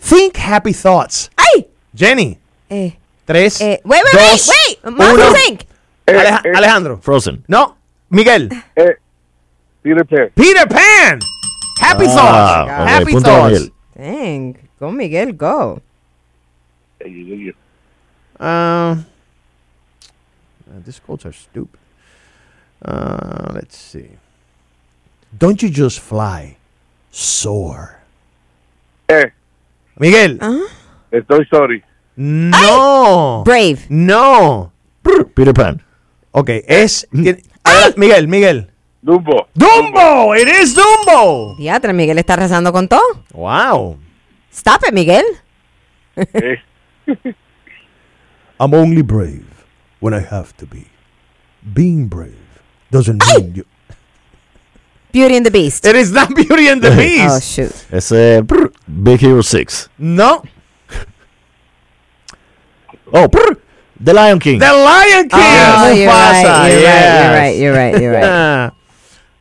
Think happy thoughts.
¡Ay!
Jenny.
Eh,
Tres.
eh, wait, wait,
dos,
wait, wait. Muscle
uno.
Sync.
Aleja- Alejandro.
Frozen.
No. Miguel.
Peter Pan.
Peter Pan. Happy
Ah,
thoughts.
ok,
Happy
punto de
thoughts.
Miguel.
Dang. Go, Miguel, go.
Um, uh, these quotes are stupid. Uh, let's see. Don't you just fly, soar.
Eh,
Miguel.
Estoy sorry.
No.
Brave.
No.
Peter Pan.
Ok, es.
Mm.
tiene- Ahora, Miguel, Miguel.
Dumbo.
Dumbo. It is Dumbo.
Diatra, Miguel está rezando con todo.
Wow.
Stop it, Miguel.
I'm only brave when I have to be. Being brave doesn't mean you.
Beauty and the Beast.
It is not Beauty and the Beast.
Oh, shoot.
Ese es prr, Big Hero 6.
No.
Oh, prr, The Lion King.
The Lion King.
Oh, you're
Mufasa,
right, you're
yes.
right, you're right, you're right, you're
(laughs)
right.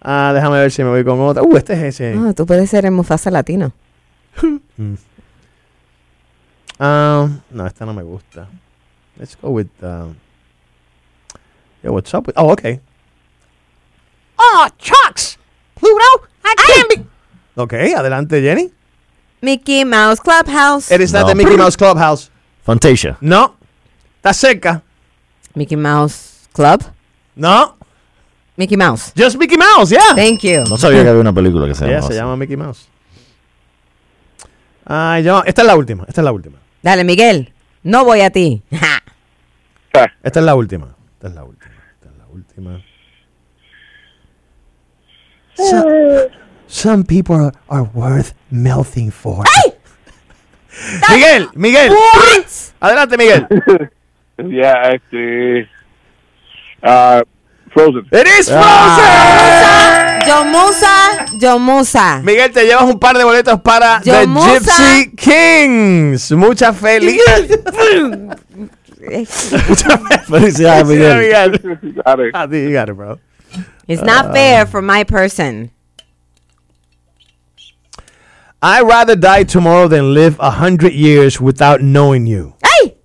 ah, déjame ver si me voy con otra. Uh, este es ese.
No, Ah, tú puedes ser el Mufasa latino. Mm.
Ah, no, esta no me gusta. Let's go with. Um, yo, what's up with. Oh, okay. Oh, chucks. Pluto, I can't be. Okay, adelante, Jenny.
Mickey Mouse Clubhouse.
It is not
No.
the Mickey Mouse Clubhouse.
Fantasia.
No. Está cerca.
Mickey Mouse Club.
No.
Mickey Mouse.
Just Mickey Mouse, yeah.
Thank you.
No sabía que había una película que se
(laughs) Yeah,
llamaba.
se
así.
llama Mickey Mouse. Ay, yo, esta es la última. Esta es la última.
Dale, Miguel. No voy a
(laughs)
ti.
Esta es la última. Esta es la última. Esta es la última. Some, some people are, are worth melting for. (laughs) Miguel, Miguel. Adelante, Miguel.
Yeah, este. Uh, Frozen.
Ah.
It is Frozen.
John Musa, John Musa.
Miguel, te llevas un par de boletos para
Yo,
The
Musa.
Gypsy Kings. Mucha feliz.
Felicidades, Miguel.
I think Ah, you got it, bro.
It's
Ah.
not fair for my person.
I'd rather die tomorrow than live a hundred years without knowing you.
¡Ay!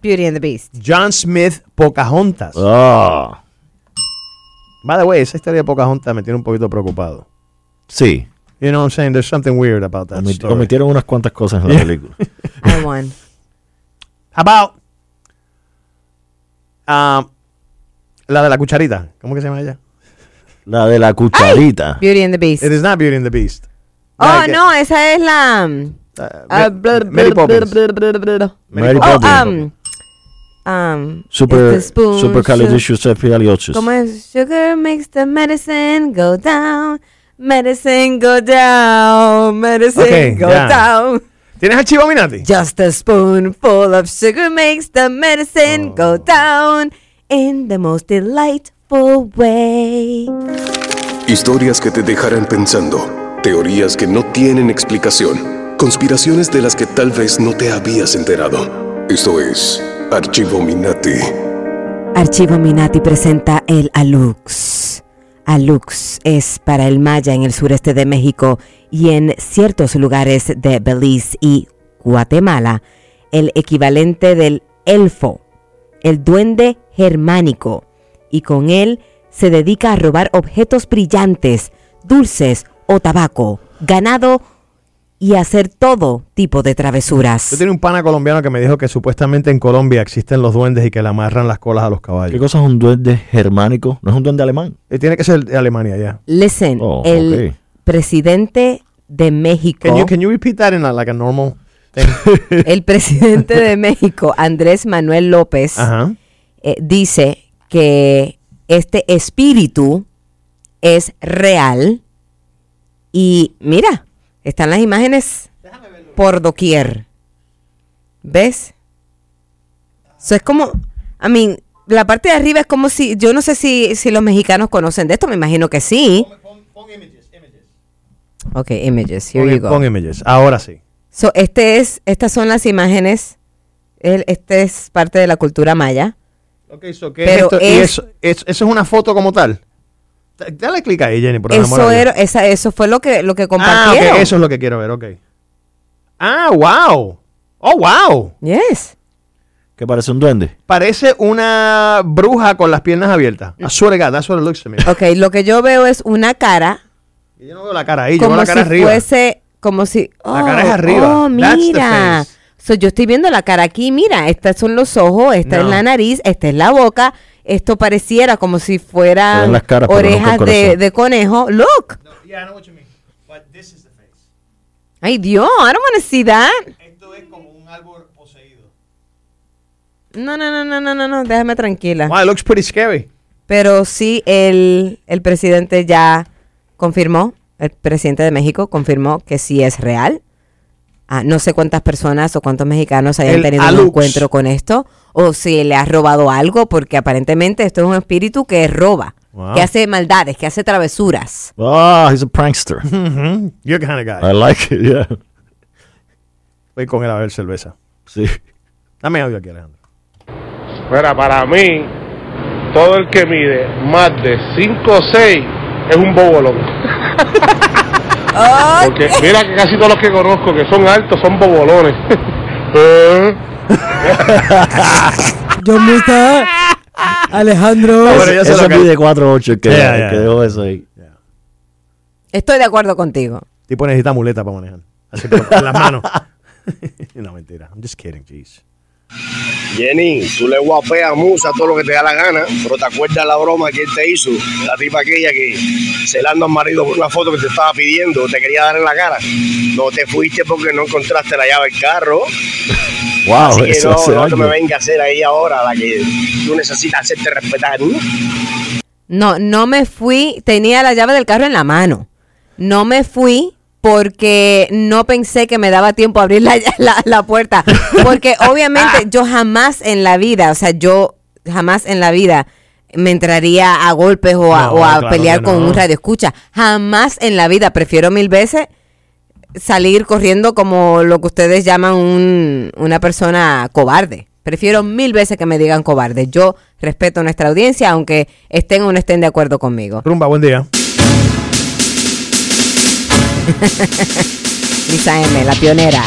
Beauty and the Beast.
John Smith, Pocahontas.
Ah,
By the way, esa historia de Pocahontas me tiene un poquito preocupado.
Sí,
You know what I'm saying? There's something weird about that
comit-
story.
cometieron unas cuantas cosas en
(laughs)
la
Yeah.
película.
I won.
About um, la de la cucharita. ¿Cómo que se llama ella?
La de la cucharita.
Beauty and the Beast.
It is not Beauty and the Beast.
Oh,
Like,
no, esa es la. um, ah, bla- bla-
Uh, Mary
bla-
Poppins.
bla- bla- bla- bla-
Mary
Oh,
Poppins.
um, um,
Super,
it's the spoon, su-
supercalifragilisticexpialidocious.
¿Cómo es? Sugar makes the medicine go down. Medicine go down. Medicine
Okay,
go
ya.
down.
¿Tienes archivo, Minati?
Just a spoonful of sugar makes the medicine go down in the most delightful way.
Historias que te dejarán pensando, teorías que no tienen explicación, conspiraciones de las que tal vez no te habías enterado. Esto es Archivo Minati.
Archivo Minati presenta el Alux. Alux es para el maya en el sureste de México y en ciertos lugares de Belice y Guatemala, el equivalente del elfo, el duende germánico, y con él se dedica a robar objetos brillantes, dulces o tabaco, ganado y hacer todo tipo de
Yo
travesuras.
tenía un pana colombiano que me dijo que supuestamente en Colombia existen los duendes y que le amarran las colas a los caballos.
¿Qué cosa es un duende germánico? ¿No es un duende alemán?
Eh, tiene que ser de Alemania ya.
Listen,
Oh,
el
ok.
presidente de México.
Can you, can you repeat that in a, like a normal thing?
El presidente de México, Andrés Manuel
(laughs)
López,
Ajá.
eh, dice que este espíritu es real y mira, están las imágenes por doquier. ¿Ves? Eso es como, a mí, la parte de arriba es como si, yo no sé si, si los mexicanos conocen de esto, me imagino que sí. Ok, images, here
Pon-
you go.
pon images. Ahora sí.
So, este es, estas son las imágenes. El, este es parte de la cultura maya.
Ok, so, ¿qué
Pero
es esto? ¿Y
es-
eso, es- eso es una foto como tal? Da- Dale clic ahí, Jenny, por el amor
Eso,
de Dios.
era, esa- eso fue lo que, lo que
Ah,
compartieron.
ok, eso es lo que quiero ver, ok. Ah, wow. Oh, wow.
Yes.
¿Qué parece un duende?
Parece una bruja con las piernas abiertas. I swear to God, that's what it looks to me.
Ok, lo que yo veo es una cara
Yo no veo la cara ahí, yo veo
como
la cara
si
arriba.
fuese, como si...
La cara
oh,
es arriba.
Oh,
That's the
mira.
face.
So, yo estoy viendo la cara aquí, mira, estos son los ojos, esta es
No.
la nariz, esta es la boca. Esto pareciera como si
Se ven
fueran
las caras, pero no con
orejas de,
corazón.
de conejo. Look.
Yeah, I know what you mean. But this is the face.
Ay, Dios, I don't want to see that.
Esto es como un árbol poseído.
No, no, no, no, no, no, no, déjame tranquila.
Wow, it looks pretty scary.
Pero sí, el, el presidente ya confirmó, el presidente de México confirmó que sí es real. Ah, no sé cuántas personas o cuántos mexicanos hayan
El
tenido un
Alux.
encuentro con esto, o si le has robado algo, porque aparentemente esto es un espíritu que roba,
Wow.
que hace maldades, que hace travesuras.
Ah, he's a prankster.
Mhm. You're kind of guy.
I like it, yeah.
Voy con él a ver cerveza.
Sí.
Dame audio aquí, Alejandro.
Mira, para mí, todo el que mide más de 5 o 6 es un bobolón. Porque mira que casi todos los que conozco que son altos son bobolones. (laughs) Eh.
John Musa, Alejandro.
bueno, ya se
Ese
lo
pide 4-8 que,
Yeah, yeah.
que dejó eso ahí.
Estoy de acuerdo contigo.
Tipo necesita muleta para manejar. Así por por las manos. (laughs) no, mentira. I'm just kidding, jeez.
Jenny, tú le guapeas musa todo lo que te da la gana, pero te acuerdas la broma que él te hizo, la tipa aquella que celando al marido por una foto que te estaba pidiendo, te quería dar en la cara. No te fuiste porque no encontraste la llave del carro.
Wow,
Así que
eso
no,
hace
no te me
años.
venga a hacer ahí ahora la que tú necesitas hacerte respetar.
No, no me fui, tenía la llave del carro en la mano. No me fui porque no pensé que me daba tiempo a abrir la, (laughs) la- la puerta.
(laughs)
Porque obviamente yo jamás en la vida, o sea, yo jamás en la vida me entraría a golpes o a,
No,
o a
claro
pelear
que
con
no.
un radio escucha. Jamás en la vida. Prefiero mil veces salir corriendo como lo que ustedes llaman un- una persona cobarde. Prefiero mil veces que me digan cobarde. Yo respeto a nuestra audiencia, aunque estén o no estén de acuerdo conmigo.
Rumba, buen día.
Lisa M, la pionera.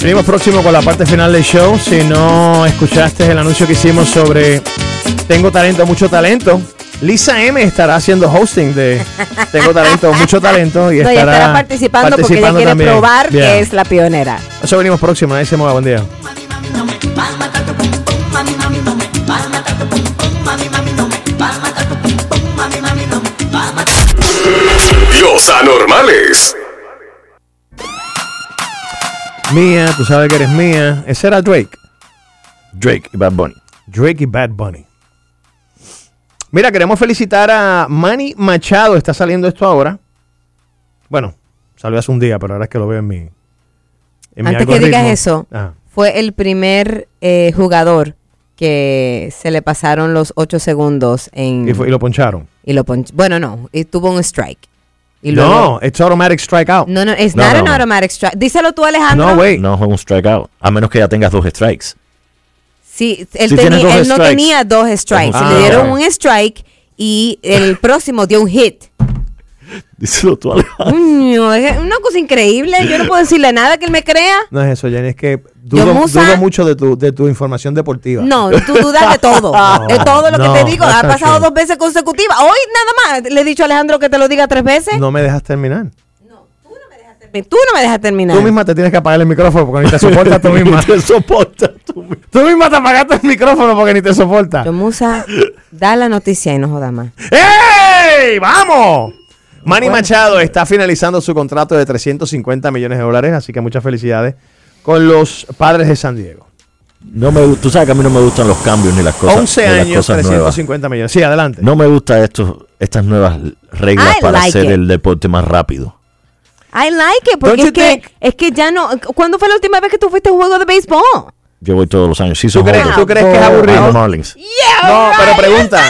Venimos próximo con la parte final del show. Si no escuchaste el anuncio que hicimos sobre Tengo Talento, Mucho Talento, Lisa M estará haciendo hosting de Tengo Talento, Mucho Talento y
No,
estará,
ella estará participando, porque ella
participando
quiere
también.
probar
Bien.
que es la pionera.
Eso venimos próximo, nadie se mueva, buen día.
Los anormales.
Mía, tú sabes que eres mía. Ese era Drake.
Drake y Bad Bunny.
Drake y Bad Bunny. Mira, queremos felicitar a Manny Machado. Está saliendo esto ahora. Bueno, salió hace un día, pero ahora es que lo veo en mi. en mi
Antes que digas
algoritmo.
eso,
Ah,
fue el primer eh, jugador que se le pasaron los ocho segundos en...
y, fue- y lo poncharon.
y lo ponch- Bueno, no, y tuvo un strike. Y
no,
luego-
it's automatic strikeout.
No, no, es
No,
not
no,
an
no.
automatic strike. Díselo tú, Alejandro.
No es un strikeout. A menos que ya tengas dos strikes.
Sí, él,
Si
teni-
tienes dos
él no
strikes.
tenía dos strikes.
Ah,
le dieron
ok.
un strike y el
(laughs)
próximo dio un hit.
Díselo tú, Alejandro.
Coño, es una cosa increíble. Yo no puedo decirle nada que él me crea.
No es eso, Jenny. Es que dudo,
Musa-
dudo mucho de tu, de tu información deportiva.
No, tú dudas
(laughs)
de todo. de todo lo
no,
que te digo.
no
Ha
está
pasado
bien.
dos veces consecutivas. Hoy nada más. Le he dicho a Alejandro que te lo diga tres veces.
No me dejas terminar.
Tú no me dejas terminar.
Tú misma te tienes que apagar el micrófono porque (laughs) ni te soportas tú misma.
te soportas
tú misma. Tú misma te apagaste el micrófono porque ni te soportas.
Yo, Musa, da la noticia y no joda más.
¡Ey! ¡Vamos! Manny Machado está finalizando su contrato de 350 millones de dólares, así que muchas felicidades con los padres de San Diego.
No me, gu- tú sabes que a mí no me gustan los cambios ni las cosas,
11
ni las
años,
cosas nuevas.
350 millones. Sí, adelante.
No me gustan estos, estas nuevas reglas
I
para
like
hacer
it.
el deporte más rápido.
I like it, porque
Don't
es
you
que, es que ya no. ¿Cuándo fue la última vez que tú fuiste a un juego de béisbol?
Yo voy todos los años. Sí, son
crees-
jóvenes.
tú crees que es
Ah,
aburrido?
los Marlins.
No, pero pregunta.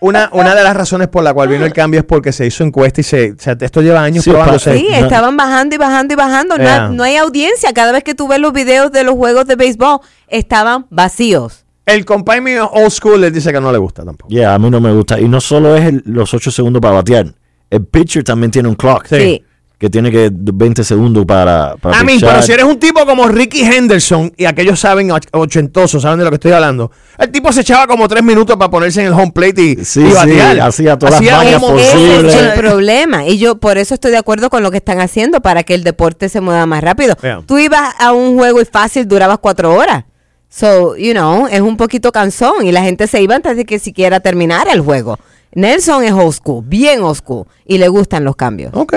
Una, una de las razones por la cual vino el cambio es porque se hizo encuesta y se, se- esto lleva años
Sí,
probándose.
Sí, estaban bajando y bajando y bajando. No,
eh, Yeah.
no hay audiencia. Cada vez que tú ves los videos de los juegos de béisbol, estaban vacíos.
El compay mío old school les dice que no le gusta tampoco.
Yeah, a mí no me gusta. Y no solo es el- los 8 segundos para batear. El pitcher también tiene un clock.
Sí.
Que tiene que 20 segundos para, para
A mí,
pichar.
pero si eres un tipo como Ricky Henderson, y aquellos saben, och- ochentosos, saben de lo que estoy hablando, el tipo se echaba como tres minutos para ponerse en el home plate y,
Sí,
y
sí,
batear.
hacía todas las mañas
como-
posibles.
Ese
Horrible.
es el problema. Y yo por eso estoy de acuerdo con lo que están haciendo para que el deporte se mueva más rápido.
Yeah.
Tú ibas a un juego y fácil durabas cuatro horas. So, you know, es un poquito cansón y la gente se iba antes de que siquiera terminara el juego. Nelson es old school, bien old school, y le gustan los cambios.
Ok.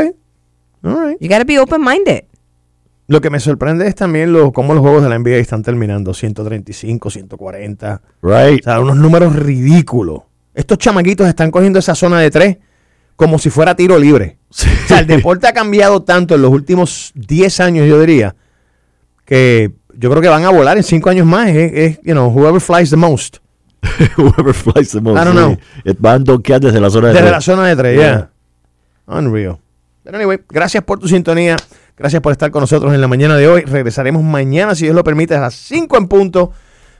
All right.
You gotta be open-minded.
Lo que me sorprende es también lo, cómo los juegos de la NBA están terminando. 135, 140.
Right.
O sea, unos números ridículos. Estos chamaquitos están cogiendo esa zona de tres como si fuera tiro libre. O sea, el deporte ha cambiado tanto en los últimos 10 años, yo diría, que yo creo que van a volar en 5 años más. Es, es, you know, whoever flies the most.
(laughs) Whoever flies the most.
I don't know.
sí. Eh, Van a donkear desde la zona de
Desde
tres.
la zona de tres,
Yeah.
yeah. Unreal. Pero anyway, gracias por tu sintonía. Gracias por estar con nosotros en la mañana de hoy. Regresaremos mañana, si Dios lo permite, a las 5 en punto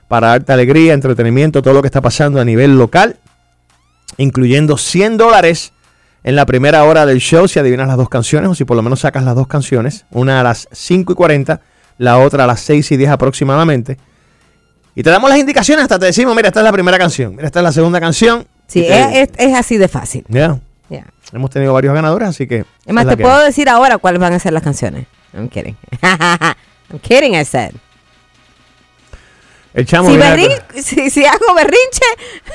para darte alegría, entretenimiento, todo lo que está pasando a nivel local, incluyendo 100 dólares en la primera hora del show si adivinas las dos canciones o si por lo menos sacas las dos canciones, una a las 5 y 40, la otra a las 6 y 10 aproximadamente. Y te damos las indicaciones hasta te decimos, mira, esta es la primera canción, mira, esta es la segunda canción.
Sí,
Y te-
es, es- es así de fácil.
Yeah.
Yeah.
Hemos tenido varios ganadores, así que.
Es más,
esa
te
es la
puedo
que
decir ahora cuáles van a ser las canciones. I'm kidding. (laughs) I'm kidding, I said.
hay. El chamo.
Si,
viene-
berrin- si, si hago berrinche,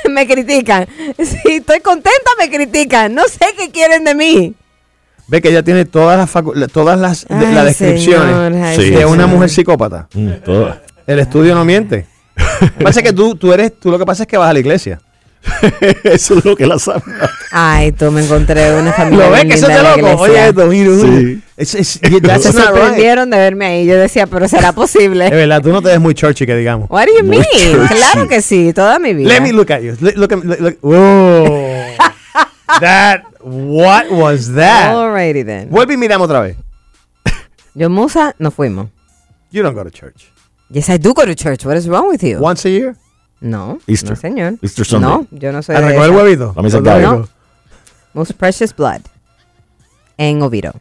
(laughs) me critican. Si estoy contenta, me critican. No sé qué quieren de mí.
Ve que ella tiene todas las, facu- la- todas las, de-
Ay,
las descripciones
señor, ay,
Sí.
de
señor.
una mujer psicópata.
Mm, todo. (laughs)
El estudio no miente. Lo que pasa es que tú, tú eres, tú lo que pasa es que vas a la iglesia.
Eso es lo que la sabe.
Ay, tú me encontré una familia.
¿Lo ves
bien
que eso
linda
es de
en la
loco? Oye,
iglesia.
esto, mira.
Sí.
It's- it's-
(laughs)
that's
Se
not right.
sorprendieron de verme ahí. Yo decía, pero será posible.
Es (laughs) verdad, tú no te ves muy churchy, que digamos.
What do you
Muy
mean?
churchy.
Claro que sí, toda mi vida.
Let me look at you. Look, look at me. Look, look.
(laughs)
Whoa. that, what was that?
Alrighty then.
Vuelve y miramos otra vez.
Yo Musa nos fuimos.
You don't go to church.
Yes, I do go to church. What is wrong with you?
Once a year?
No.
Easter.
No, señor.
Easter Sunday.
No, yo no soy
¿A
de
recoger el
Pues esa.
huevito?
La misa
Los
cae.
domingos.
Most Precious Blood. En Oviedo.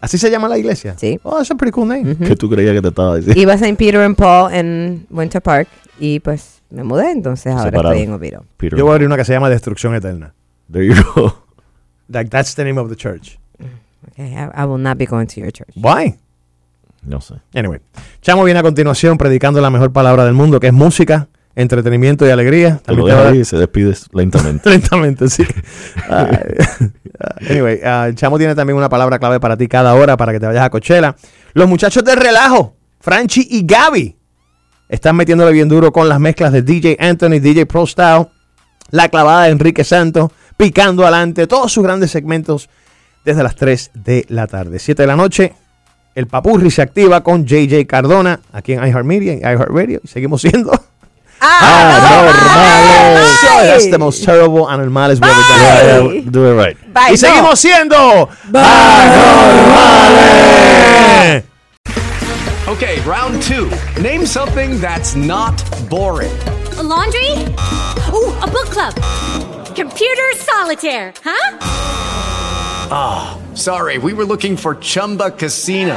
¿Así se llama la iglesia?
Sí. (laughs)
Oh, that's a pretty cool name.
¿Qué tú creías que te estaba diciendo?
Iba a St. Peter and Paul en Winter Park y pues me mudé, entonces ahora
Separado.
estoy en Oviedo.
Peter.
Yo voy a abrir una que se llama Destrucción Eterna.
There you go.
Like, that's the name of the church.
Okay, I, I will not be going to your church.
Why?
No sé.
Anyway, Chamo viene a continuación predicando la mejor palabra del mundo, que es música, entretenimiento y alegría.
Te lo
También te va
dejas
a-
ahí y se despides
(laughs)
lentamente.
Lentamente, sí. Ah, anyway, ah, Chamo tiene también una palabra clave para ti cada hora para que te vayas a Coachella. Los muchachos de relajo, Franchi y Gaby, están metiéndole bien duro con las mezclas de DJ Anthony, DJ Pro Style, la clavada de Enrique Santos, picando adelante, todos sus grandes segmentos desde las 3 de la tarde. 7 de la noche, el Papurri se activa con JJ Cardona aquí en iHeartMedia y iHeartRadio. Y seguimos siendo. ¡Anormales! So that's the most terrible anormales we've ever done.
Yeah, do it right.
y seguimos siendo. ¡Anormales!
Okay, round two. Name something that's not boring.
A laundry? Ooh, a book club. Computer solitaire, huh?
Ah, sorry, we were looking for Chumba Casino.